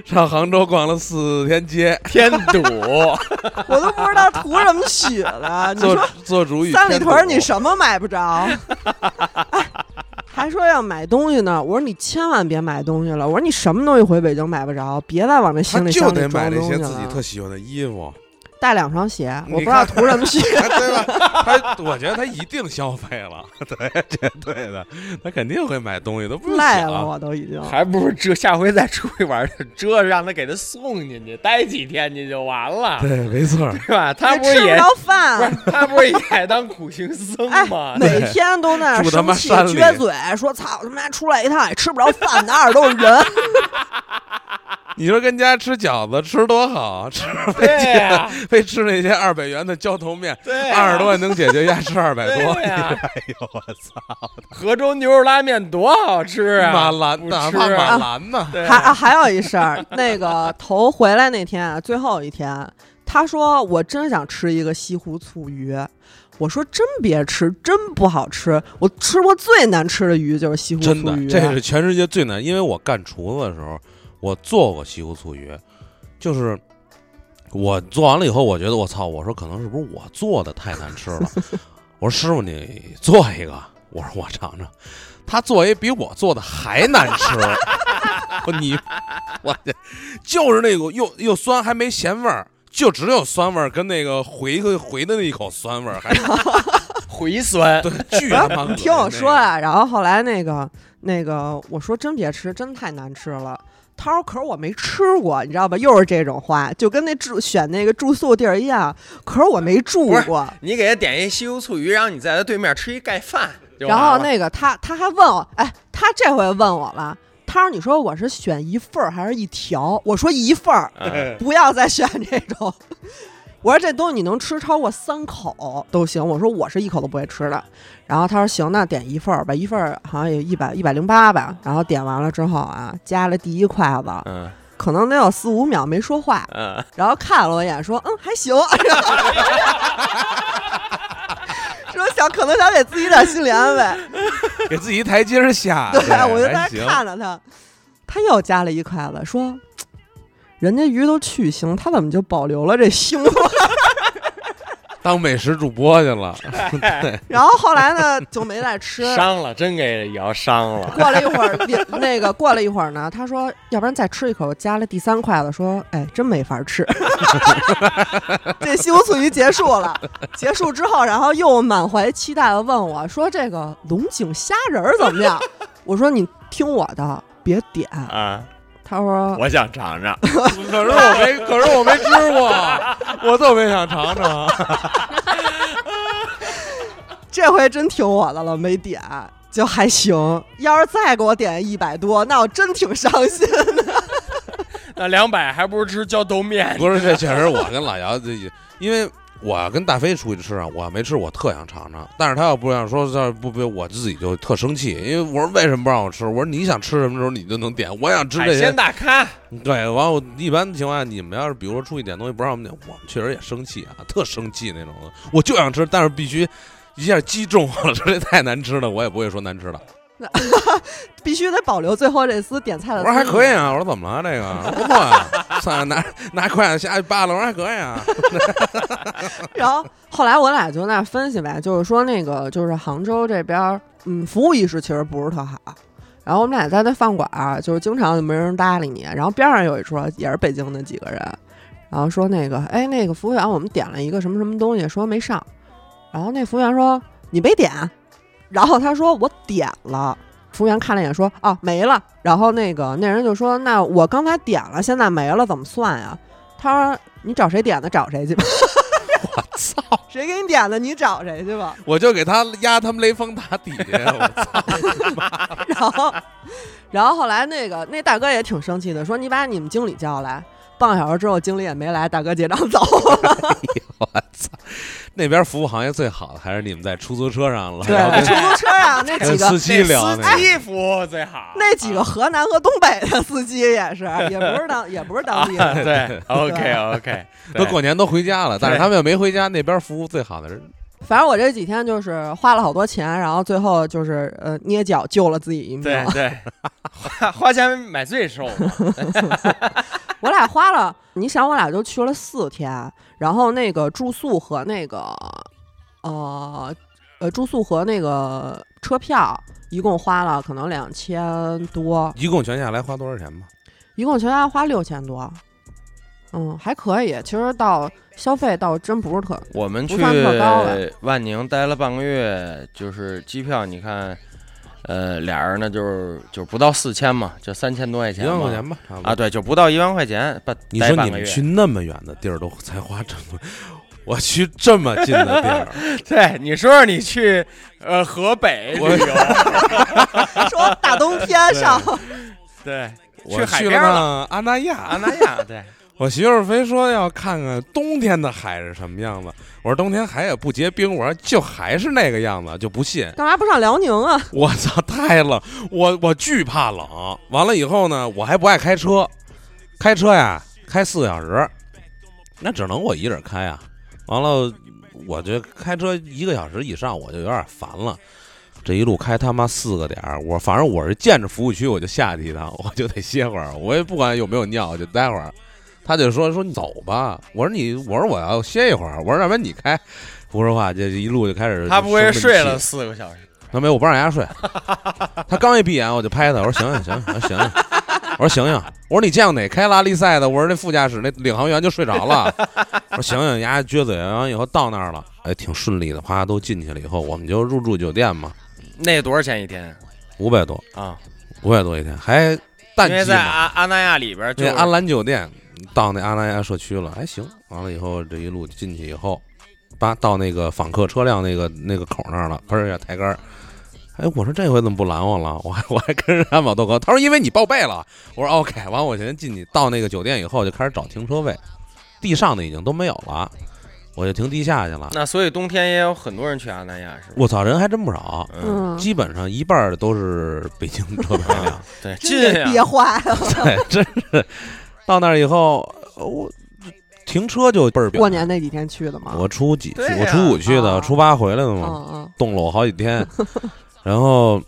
Speaker 4: 上杭州逛了四天街，
Speaker 3: 添 堵，
Speaker 1: 我都不知道图什么血了。你
Speaker 4: 做
Speaker 1: 说
Speaker 4: 做主与
Speaker 1: 三里
Speaker 4: 偏
Speaker 1: 屯儿你
Speaker 4: 主
Speaker 1: 什么买不着？ 哎还说要买东西呢，我说你千万别买东西了，我说你什么东西回北京买不着，别再往那
Speaker 4: 他
Speaker 1: 行李
Speaker 4: 就
Speaker 1: 箱
Speaker 4: 得
Speaker 1: 里
Speaker 4: 买
Speaker 1: 装
Speaker 4: 那
Speaker 1: 东西
Speaker 4: 些自己特
Speaker 1: 了。
Speaker 4: 喜欢的衣服，
Speaker 1: 带两双鞋，我不
Speaker 4: 你
Speaker 1: 知道
Speaker 4: 看
Speaker 1: 图什么血。
Speaker 4: 哎对吧？他我觉得他一定消费了， 对，绝对的，他肯定会买东西， 都不用
Speaker 1: 累了，
Speaker 4: 想。
Speaker 1: 我都已经。
Speaker 3: 还不如这下回再出去玩儿，这让他给他送进去，待几天去就完了，
Speaker 4: 对，没错儿，
Speaker 3: 对吧？他不
Speaker 1: 也哎
Speaker 3: 是
Speaker 1: 吃
Speaker 3: 也
Speaker 1: 不着
Speaker 3: 不
Speaker 1: 饭，
Speaker 3: 是他不是也当苦行僧
Speaker 1: 哎
Speaker 3: 吗，？
Speaker 1: 每天都在那儿
Speaker 4: 住他
Speaker 1: 生
Speaker 4: 妈
Speaker 1: 气
Speaker 4: 山里
Speaker 1: 撅嘴，说操他妈出来一趟也吃不着饭，哪儿都是人。
Speaker 4: 你说跟家吃饺子吃多 好，吃
Speaker 3: 对呀，
Speaker 4: 非吃那些二百元的浇头面，
Speaker 3: 对呀
Speaker 4: 二十多万能解决，压吃二百多。
Speaker 3: 对啊呀
Speaker 4: 哎呦我操！
Speaker 3: 河州牛肉拉面多好吃啊！
Speaker 4: 马兰
Speaker 3: 不
Speaker 4: 呐，
Speaker 3: 吃
Speaker 4: 骂马
Speaker 3: 啊，
Speaker 4: 兰呐，
Speaker 3: 对
Speaker 1: 还、啊、还有一事儿，那个头回来那天啊，最后一天，他说我真想吃一个西湖醋鱼，我说真别吃，真不好吃。我吃过最难吃的鱼就是西湖
Speaker 4: 真
Speaker 1: 醋
Speaker 4: 的
Speaker 1: 鱼，，啊
Speaker 4: 这是全世界最难。因为我干厨子的时候，我做过西湖醋鱼，就是我做完了以后，我觉得我操，我说可能是不是我做的太难吃 了？我说师傅你做一个，我说我尝尝。他做一比我做的还难吃， 我你我这就是那股又又酸还没咸味儿，就只有酸味儿跟那个回回的那一口酸味儿，还
Speaker 3: 回酸，
Speaker 4: 对巨他妈恶 心
Speaker 1: 听我说
Speaker 4: 那个
Speaker 1: 啊，然后后来那个那个我说真别吃，真太难吃了。他说：“可是我没吃过，你知道吧？又是这种话，就跟那住选那个住宿地儿一样。可是我没住
Speaker 3: 不是
Speaker 1: 过，
Speaker 3: 你给他点一西湖醋鱼，然后你在他对面吃一盖饭，就
Speaker 1: 然
Speaker 3: 完
Speaker 1: 后
Speaker 3: 了
Speaker 1: 那个他他还问我，哎，他这回问我了，他说你说我是选一份儿还是一条？我说一份儿，
Speaker 3: 嗯
Speaker 1: 不要再选这种。 我说这东西你能吃超过三口都行，我说我是一口都不会吃的。然后他说行，那点一份儿吧，一份儿好像也一百一百零八吧。然后点完了之后啊，夹了第一筷子，
Speaker 3: 嗯
Speaker 1: 可能得有四五秒没说话，
Speaker 3: 嗯，
Speaker 1: 然后看了我一眼，说：“嗯，还行。” 说想可能想给自己点心理安慰，
Speaker 4: 给自己一台阶儿下。哎
Speaker 1: 对啊我就在那
Speaker 4: 还行
Speaker 1: 看着他，他又加了一筷子，说：“人家鱼都去腥，他怎么就保留了这腥味儿
Speaker 4: 当美食主播去了，？”
Speaker 1: 然后后来呢，就没再吃。
Speaker 3: 伤了，真给瑶伤了。
Speaker 1: 过了一会儿，别那个过了一会儿呢，他说：“要不然再吃一口。”加了第三筷子，说：“哎，真没法吃。” 这西湖醋鱼结束了，结束之后，然后又满怀期待的问我说：“这个龙井虾仁儿怎么样？” 我说：“你听我的，别点。
Speaker 3: 啊！”
Speaker 1: 他说
Speaker 3: 我想尝尝，
Speaker 4: 可是我没，可是我没吃过，我特别想尝尝。：“
Speaker 1: 这回真听我的了，没点。”就还行，要是再给我点一百多，那我真挺伤心 的。
Speaker 3: 那两百还不如吃浇头面。
Speaker 4: 不是，这确实我 跟老姚这，因为我跟大飞出去吃啊，我没吃，我特想尝尝。但是他要不让说，这不不，我自己就特生气，因为我说为什么不让我吃？我说你想吃什么时候你就能点，我想吃
Speaker 3: 海
Speaker 4: 这些
Speaker 3: 鲜。大咖，
Speaker 4: 对，完我一般情况下，你们要是比如说出去点东西不让我们点，我们确实也生气啊，特生气那种的。 我就想吃，但是必须一下击中我了，说这太难吃了，我也不会说难吃的。
Speaker 1: 必须得保留最后这丝点菜
Speaker 4: 我
Speaker 1: 的。
Speaker 4: 说还可以。啊，我说怎么了这个？我说不错啊，算了，拿拿筷子下去扒拉，我说还可以啊。
Speaker 1: 然后后来我俩就那分析呗，就是说那个就是杭州这边儿，嗯，服务意识其实不是特好。然后我们俩在那饭馆儿，就是经常就没人搭理你。然后边上有一桌也是北京的几个人，然后说那个，哎，那个服务员，我们点了一个什么什么东西，说没上。然后那服务员说你没点，然后他说我点了。服务员看了一眼说啊没了。然后那个那人就说那我刚才点了，现在没了怎么算呀？他说你找谁点的找谁去吧。
Speaker 4: 我操！
Speaker 1: 谁给你点的，你找谁去吧。
Speaker 4: 我就给他压他们雷峰塔底下，我操
Speaker 1: 然后，然后后来那个那大哥也挺生气的，说你把你们经理叫来。半个小时之后，经理也没来，大哥结账 走了。
Speaker 4: 我操！那边服务行业最好的还是你们在出租车上了，
Speaker 1: 对，出租车上那几
Speaker 4: 跟
Speaker 1: 个
Speaker 4: 哎司机聊那
Speaker 3: 司
Speaker 4: 个。
Speaker 3: 机服务最 好。
Speaker 1: 那几个河南和东北的司机也 是，也不是当也不是当地
Speaker 3: 啊
Speaker 1: 的。
Speaker 3: 对，OK OK，
Speaker 4: 都过年都回家了，但是他们又没回家。那边服务最好的人，
Speaker 1: 反正我这几天就是花了好多钱，然后最后就是呃捏脚救了自己一命。
Speaker 3: 对 对，花花钱买罪受嘛。
Speaker 1: 我俩花了，你想我俩就去了四天，然后那个住宿和那个，呃，呃，住宿和那个车票一共花了可能两千多，
Speaker 4: 一共全下来花多少钱吧？
Speaker 1: 一共全家花六千多，嗯，还可以。其实到消费倒真不是特，
Speaker 3: 我们
Speaker 1: 不
Speaker 3: 去
Speaker 1: 算特高吧
Speaker 3: 万宁待了半个月，就是机票，你看，呃，俩人呢就是就不到四千嘛，就三千多块
Speaker 4: 一
Speaker 3: 钱嘛，
Speaker 4: 万块钱吧，差不多
Speaker 3: 啊，。对，就不到一万块钱，半
Speaker 4: 你
Speaker 3: 待
Speaker 4: 说
Speaker 3: 半
Speaker 4: 你
Speaker 3: 个
Speaker 4: 们
Speaker 3: 月
Speaker 4: 去那么远的地儿都才花这么，我去这么近的地儿，
Speaker 3: 哎 对，你说说你去呃河北
Speaker 4: 我
Speaker 3: 旅游，
Speaker 1: 说大冬天上
Speaker 3: 对，
Speaker 4: 我
Speaker 3: 去海
Speaker 4: 去了
Speaker 3: 边了，
Speaker 4: 趟安那 亚，
Speaker 3: 阿那亚，对，
Speaker 4: 我媳妇儿非说要看看冬天的海是什么样子，我说冬天海也不结冰，我说就还是那个样子，就不信。
Speaker 1: 干嘛不上辽宁啊？
Speaker 4: 我操，太冷，我我巨怕冷。完了以后呢，我还不爱开车，开车呀开四个小时，那只能我一人开呀。完了，我这开车一个小时以上我就有点烦了。这一路开他妈四个点儿，我反正我是见着服务区我就下去一趟，我就得歇会儿，我也不管有没有尿，我就待会儿。他就说说你走吧，我说你，我说我要歇一会儿，我说要不然你开， 不说话，这一路就开始
Speaker 3: 他不会
Speaker 4: 生闷
Speaker 3: 睡
Speaker 4: 气
Speaker 3: 了四个小时，
Speaker 4: 他没有，我不让人家睡。他刚一闭眼，我就拍他，我说醒醒醒醒醒醒，我说醒醒，我说你见过哪开拉力赛的？我说那副驾驶那领航员就睡着了。我说醒醒，丫撅嘴，完以后到那儿了，哎，挺顺利的，啪都进去了以后，我们就入住酒店嘛，
Speaker 3: 那多少钱一天
Speaker 4: 五百多，
Speaker 3: 啊？
Speaker 4: 五百多一天，还淡
Speaker 3: 因为
Speaker 4: 季
Speaker 3: 在
Speaker 4: 嘛，
Speaker 3: 阿阿那亚里边就
Speaker 4: 那安澜酒店到那阿那亚社区了，还行。完了以后，这一路进去以后，八到那个访客车辆那个那个口那儿了，喷儿一下抬杆儿。哎，我说这回怎么不拦我了？我还我还跟着安保豆哥，他说因为你报备了。我说 OK，完我先进去到那个酒店以后就开始找停车位，地上的已经都没有了，我就停地下去了。
Speaker 3: 那所以冬天也有很多人去阿那亚，是吧？
Speaker 4: 我操，人还真不少，
Speaker 3: 嗯，
Speaker 1: 嗯，
Speaker 4: 基本上一半儿都是北京车牌啊量。
Speaker 3: 对，
Speaker 1: 真给
Speaker 3: 近呀，
Speaker 1: 憋坏了。
Speaker 4: 对， 真是到那儿以后，呃我停车就倍儿表。
Speaker 1: 过年那几天去的嘛，
Speaker 4: 我初几？
Speaker 3: 对呀
Speaker 4: 我初五去的，
Speaker 1: 啊
Speaker 4: 初八回来的嘛，
Speaker 1: 嗯嗯，
Speaker 4: 冻了我好 几天。然后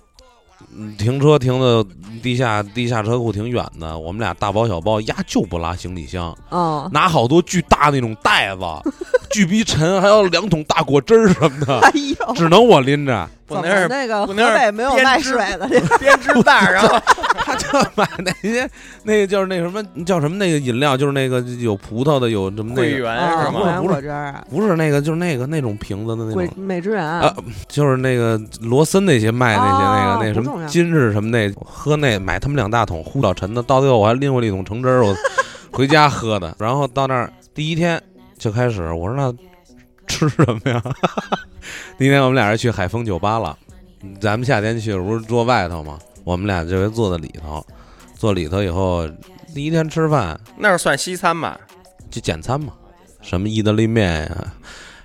Speaker 4: 嗯停车停的地下地下车库挺远的，我们俩大包小包，丫就不拉行李箱，
Speaker 1: 嗯，
Speaker 4: 拿好多巨大那种 袋子，巨逼沉，还有两桶大果汁儿什么的，
Speaker 1: 哎呦，
Speaker 4: 只能我拎着。
Speaker 3: 不
Speaker 1: 怎
Speaker 3: 能
Speaker 1: 么
Speaker 3: 是
Speaker 1: 那个河
Speaker 3: 不能是
Speaker 1: 北没有
Speaker 3: 编
Speaker 1: 卖
Speaker 3: 织
Speaker 1: 水的这
Speaker 3: 编 织袋儿，啊然后
Speaker 4: 他就买那些，那个就是那什么叫什么那个饮料，就是那个有葡萄的，有什么
Speaker 3: 桂
Speaker 4: 那个
Speaker 3: 圆
Speaker 1: 啊，
Speaker 3: 是
Speaker 1: 木
Speaker 3: 吗？
Speaker 1: 兰果汁儿啊，
Speaker 4: 不是那个，就是那个那种瓶子的那
Speaker 1: 桂
Speaker 4: 种，
Speaker 1: 美汁园
Speaker 4: 啊就是那个罗森那些卖那些、
Speaker 1: 哦
Speaker 4: 那个那什
Speaker 1: 不重
Speaker 4: 么
Speaker 1: 要
Speaker 4: 金是什么那喝那买他们两大桶呼老陈的，到最后我还拎回了一桶橙汁儿，我 回家喝的。然后到那儿第一天就开始，我说那吃什么呀？ 那天我们俩人去海丰酒吧了，咱们夏天去不是坐外头吗？我们俩这回坐在里头，坐里头以后第一天吃饭
Speaker 3: 那是算西餐吧？
Speaker 4: 就简餐嘛，什么意大利面呀、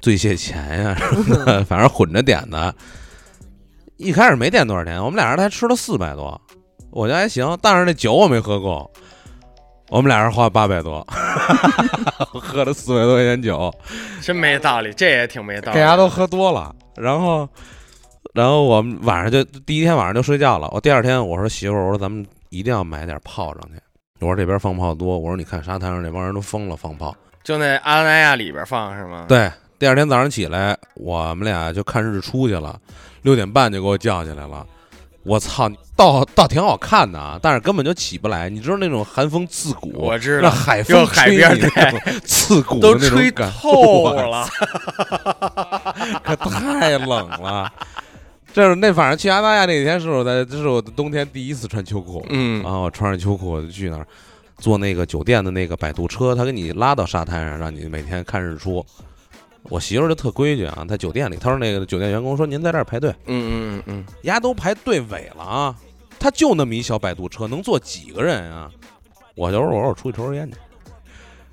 Speaker 4: 醉蟹钳呀什么的，反正混着点的。一开始没点多少钱，我们俩人才吃了四百多，我觉得还行，但是那酒我没喝够，我们俩人花八百多， 我喝了四百多块钱酒，
Speaker 3: 真没道理，这也挺没道理。
Speaker 4: 给大家都喝多了，然后然后我们晚上就第一天晚上就睡觉了。我第二天我说媳妇儿，我说咱们一定要买点炮仗去。我说这边放炮多，我说你看沙滩上那帮人都疯了放炮。
Speaker 3: 就那阿那亚里边放是吗？，
Speaker 4: 对，第二天早上起来，我们俩就看日出去了，六点半就给我叫起来了。我操，倒倒挺好看的啊，但是根本就起不来。你知道那种寒风刺骨，
Speaker 3: 我知
Speaker 4: 那
Speaker 3: 道，
Speaker 4: 海风
Speaker 3: 又海
Speaker 4: 吹
Speaker 3: 边
Speaker 4: 你
Speaker 3: 对
Speaker 4: 那种刺骨
Speaker 3: 都
Speaker 4: 的那种
Speaker 3: 吹
Speaker 4: 感啊觉
Speaker 3: 透了。
Speaker 4: 可 太冷了。这是那反正去阿那亚那天是我的，这是我的冬天第一次穿秋裤，
Speaker 3: 嗯
Speaker 4: 然后我穿着秋裤我就去那儿坐那个酒店的那个摆渡车，他给你拉到沙滩上，让你每天看日出。我媳妇儿就特规矩啊，在酒店里，她说那个酒店员工说您在这儿排队，
Speaker 3: 嗯嗯嗯
Speaker 4: 丫都排队尾了啊，他就那么一小摆渡车，能坐几个人啊？我就说我说我出去抽根烟去，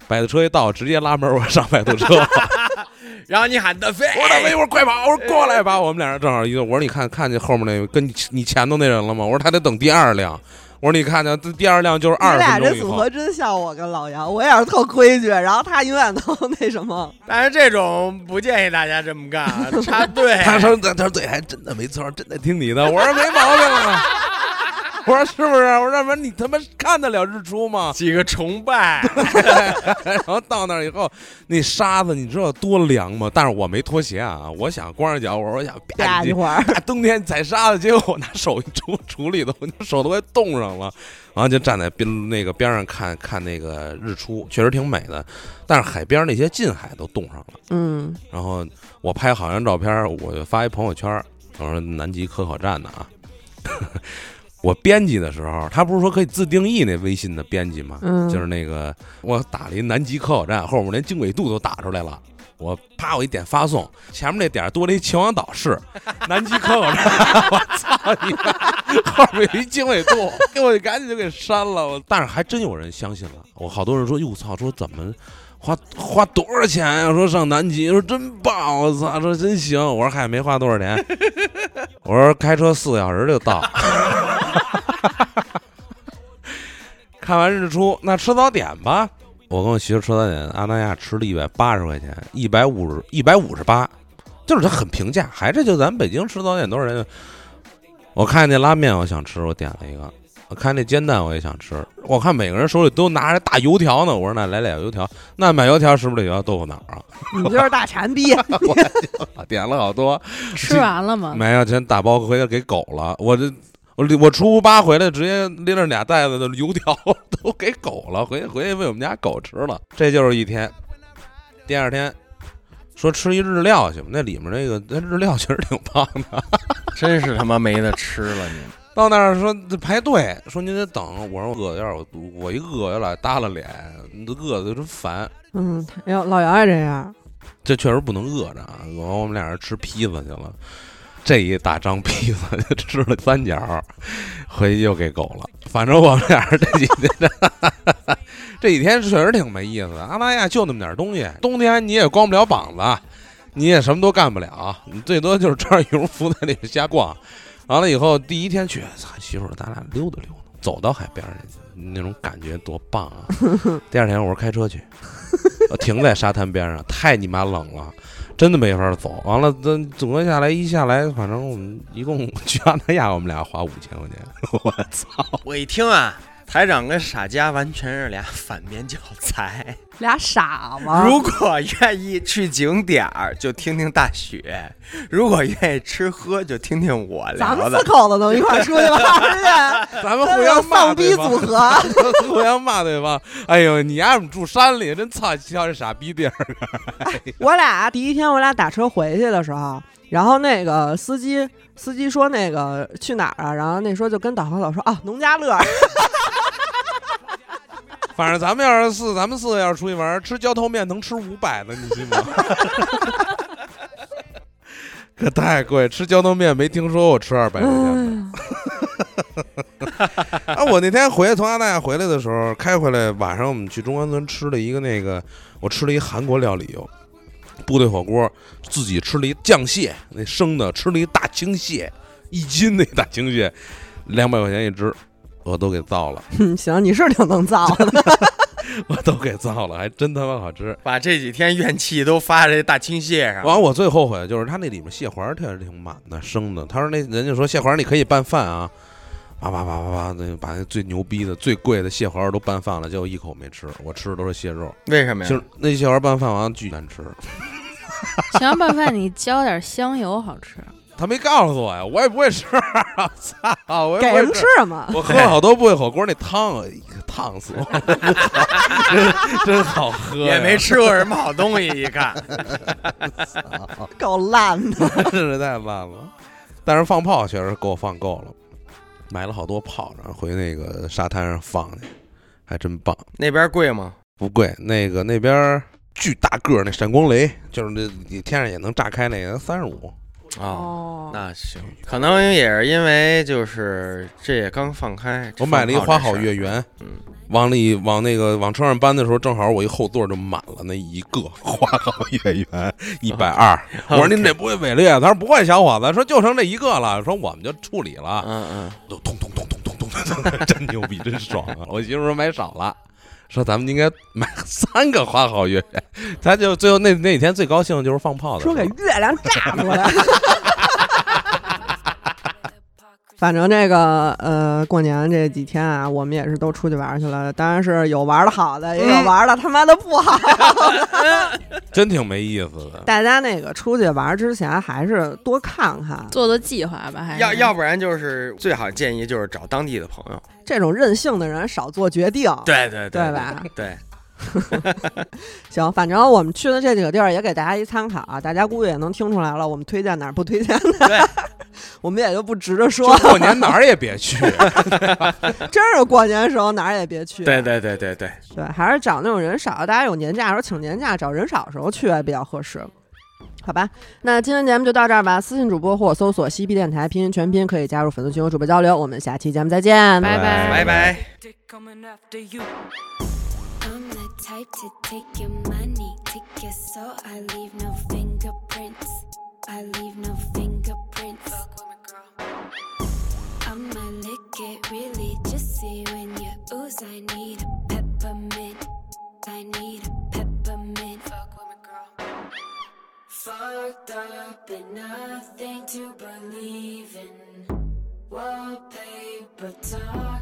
Speaker 4: 摆渡车一到，直接拉门，我上摆渡车。
Speaker 3: 嗯，然后你喊德飞，
Speaker 4: 我说一会儿快跑！我说过来吧，我们俩人正好一个。我说你看看见后面那个跟你你前头那人了吗？我说他得等第二辆。我说你看见这第二辆就是
Speaker 1: 你
Speaker 4: 二十
Speaker 1: 俩
Speaker 4: 分
Speaker 1: 这
Speaker 4: 钟以
Speaker 1: 组
Speaker 4: 后
Speaker 1: 合。真像我跟老杨，我也是特规矩，然后他永远都 那什么。
Speaker 3: 但是这种不建议大家这么干啊，插队。
Speaker 4: 他说他说对，还真的没错，真的听你的。我说没毛病啊。我说是不是？啊我说要不然你他妈看得了日 出吗？
Speaker 3: 几个崇拜，
Speaker 4: 然后到那儿以后，那沙子你知道多凉吗？但是我没脱鞋啊，我想光着脚，我说我想
Speaker 1: 啪一会 儿，
Speaker 4: 大冬天踩沙子，结果我拿手一杵杵里头，我那手都快冻上了。然后就站在边那个边上看看那个日出，确实挺美的。但是海边那些近海都冻上了。
Speaker 1: 嗯，
Speaker 4: 然后我拍好张照片，我就发一朋友圈，我说南极科考站的啊。 我编辑的时候，他不是说可以自定义那微信的编辑吗？
Speaker 1: 嗯
Speaker 4: 就是那个我打了一南极科考站，后面连经纬度都打出来了。我啪，我一点发送，前面那点儿多了一秦皇岛市，南极科考站， 我操你妈！后面有一经纬度，给我赶紧就给删了。我但是还真有人相信了，我好多人说，哟操，说怎么花花多少钱呀、说上南极，说真棒，我操，说真行。我说嗨，没花多少钱， 我说开车四个小时就到。 看完日出，那吃早点吧。我跟我媳妇吃早点，阿那亚吃了一百八十块钱，一百五十一百五十八，就是它很平价。还是就咱北京吃早点多少人？我看那拉面，我想吃，我点了一个。我看那煎蛋，我也想吃。我看每个人手里都拿着大油条呢，我说那来俩油条，那买油条是不是得要豆腐脑啊？
Speaker 1: 你就是大馋逼。
Speaker 4: 点了好多，
Speaker 2: 吃啊完了吗？
Speaker 4: 没有，全打包回来给狗了。我这我我出八回来，直接拎着俩袋子的油条 都给狗了，回去回去喂我们家狗吃了。这就是一天。第二天说吃一日料去吧，那里面那个那日料确实挺棒的。
Speaker 3: 真是他妈没得吃了你。
Speaker 4: 到那儿说排队，说您得等。我说我饿有点，我我一饿有点耷拉脸，饿的真烦。
Speaker 1: 嗯，他要老杨也这样。
Speaker 4: 这确实不能饿着啊！我我们俩人吃披萨去了，这一大张披萨吃了三角儿，回去又给狗了。反正我们俩人这几天， 这几天确实挺没意思的。阿那亚就那么点东西，冬天你也光不了膀子，你也什么都干不了，你最多就是穿着羽绒服在里面瞎逛。完了以后，第一天去，操，媳妇儿，咱俩溜达溜达，走到海边儿去，那种感觉多棒啊！ 第二天我说开车去，我呃停在沙滩边上，太你妈冷了，真的没法走。完了，咱总共下来一下来，反正我们一共去阿那亚，我们俩花五千块钱。 我操！
Speaker 3: 我一听啊，台长跟傻家完全是俩反面教 材。
Speaker 1: 俩傻
Speaker 3: 如果愿意去景点儿，就听听大雪；如果愿意吃喝，就听听我
Speaker 1: 咱
Speaker 3: 聊
Speaker 1: 们四
Speaker 3: 的。
Speaker 1: 口子能一块儿出去玩 儿 去？
Speaker 4: 咱们
Speaker 1: 咱
Speaker 4: 互
Speaker 1: 俩
Speaker 4: 相骂
Speaker 1: 丧逼
Speaker 4: 对
Speaker 1: 组
Speaker 4: 方，
Speaker 1: 合，
Speaker 4: 互相骂对方。哎呦，你丫怎么住山里？真操，像是傻逼地儿。
Speaker 1: 我俩第一天我俩打车回去的时候，然后那个司机司机说那个去哪儿啊？然后那时候就跟导航导说啊，农家乐儿。
Speaker 4: 反正咱们要是四，咱们四个要是出去玩儿，吃浇头面能吃五百呢，你信吗？ 可太贵，吃浇头面没听说过吃二百块钱的。 啊，我那天回来从阿那亚回来的时候，开回来晚上我们去中关村吃了一个那个，我吃了一韩国料理哟，部队火锅，自己吃了一酱蟹，那生的，吃了一大青蟹，一斤那大青蟹，两百块钱一只，我都给造了。
Speaker 1: 嗯，行，你是挺能造的。
Speaker 4: 我都给造了，还真他妈好吃。
Speaker 3: 把这几天怨气都发这大青蟹上。
Speaker 4: 完，我最后悔的就是它那里面蟹黄确实挺满的，生的。他说那人家说蟹黄你可以拌饭啊，叭叭叭叭叭，那把那最牛逼的、最贵的蟹黄都拌饭了，结果一口没吃，我吃的都是蟹肉。
Speaker 3: 为什么
Speaker 4: 其
Speaker 3: 呀
Speaker 4: 实？那蟹黄拌饭完了巨难吃，
Speaker 2: 想办法你浇点香油好吃。
Speaker 4: 他没告诉我呀，我也不会吃，操，我
Speaker 1: 给
Speaker 4: 也不
Speaker 1: 人
Speaker 4: 会
Speaker 1: 吃。什么？
Speaker 4: 我喝了好多部队火锅那汤，啊，烫死我了，真真好喝呀，
Speaker 3: 也没吃过什么好东西，一看
Speaker 1: 够烂的。
Speaker 4: 真 是太烂了。但是放炮确实给我放够了，买了好多炮，然后回那个沙滩上放去，还真棒。
Speaker 3: 那边贵吗？
Speaker 4: 不贵，那个那边儿巨大个儿那闪光雷，就是那你天上也能炸开那个三十五。
Speaker 3: 啊、
Speaker 1: 哦
Speaker 3: 那行，可能也是因为就是这也刚放开。
Speaker 4: 我买了一个花好
Speaker 3: 月
Speaker 4: 月圆，
Speaker 3: 嗯，
Speaker 4: 往里往那个往车上搬的时候，正好我一后座就满了那一个花好月圆一百二。我说您这不会伪劣啊？他说不会，小伙子，说就剩这一个了，说我们就处理了。
Speaker 3: 嗯
Speaker 4: 都咚咚咚咚咚咚咚， 真牛逼，真爽啊！我媳妇说买少了，说咱们应该买三个花好月圆。他就最后那那几天最高兴的就是放炮的时
Speaker 1: 说
Speaker 4: 候，
Speaker 1: 给月亮炸出来。反正这个呃，过年这几天啊，我们也是都出去玩去了。当然是有玩的好的，也
Speaker 3: 嗯
Speaker 1: 有玩的他妈的不好。
Speaker 4: 真挺没意思的。
Speaker 1: 大家那个出去玩之前，还是多看看
Speaker 5: 做做计划吧，还
Speaker 3: 嗯，
Speaker 5: 是
Speaker 3: 要要不然就是最好建议就是找当地的朋友。
Speaker 1: 这种任性的人少做决定。
Speaker 3: 对对
Speaker 1: 对吧？
Speaker 3: 对，啊
Speaker 1: 行，反正我们去的这几个地儿也给大家一参考、啊，大家估计也能听出来了，我们推荐哪儿不推荐哪
Speaker 3: 对
Speaker 1: 儿， 我们也就不直着
Speaker 4: 就
Speaker 1: 说，
Speaker 4: 过年哪儿也 别去，
Speaker 1: 真是过年时候哪儿也别去。啊
Speaker 3: 对对对对对，
Speaker 1: 对，还是找那种人少，大家有年假的时候请年假，找人少的时候去还比较合适。好吧，那今天节目就到这儿吧。私信主播或搜索“西皮电台”拼音全拼，可以加入粉丝群和主播交流。我们下期节目再见，
Speaker 5: 拜拜
Speaker 3: 拜拜。
Speaker 6: dick coming after you.
Speaker 7: I'm the type to take your money, take your soul. I leave no fingerprints. I leave no fingerprints. I'ma lick it really just see when you ooze. I need a peppermint. I need a peppermint. Fuck with me, girl. Fucked up and nothing to believe in. Wallpaper talk.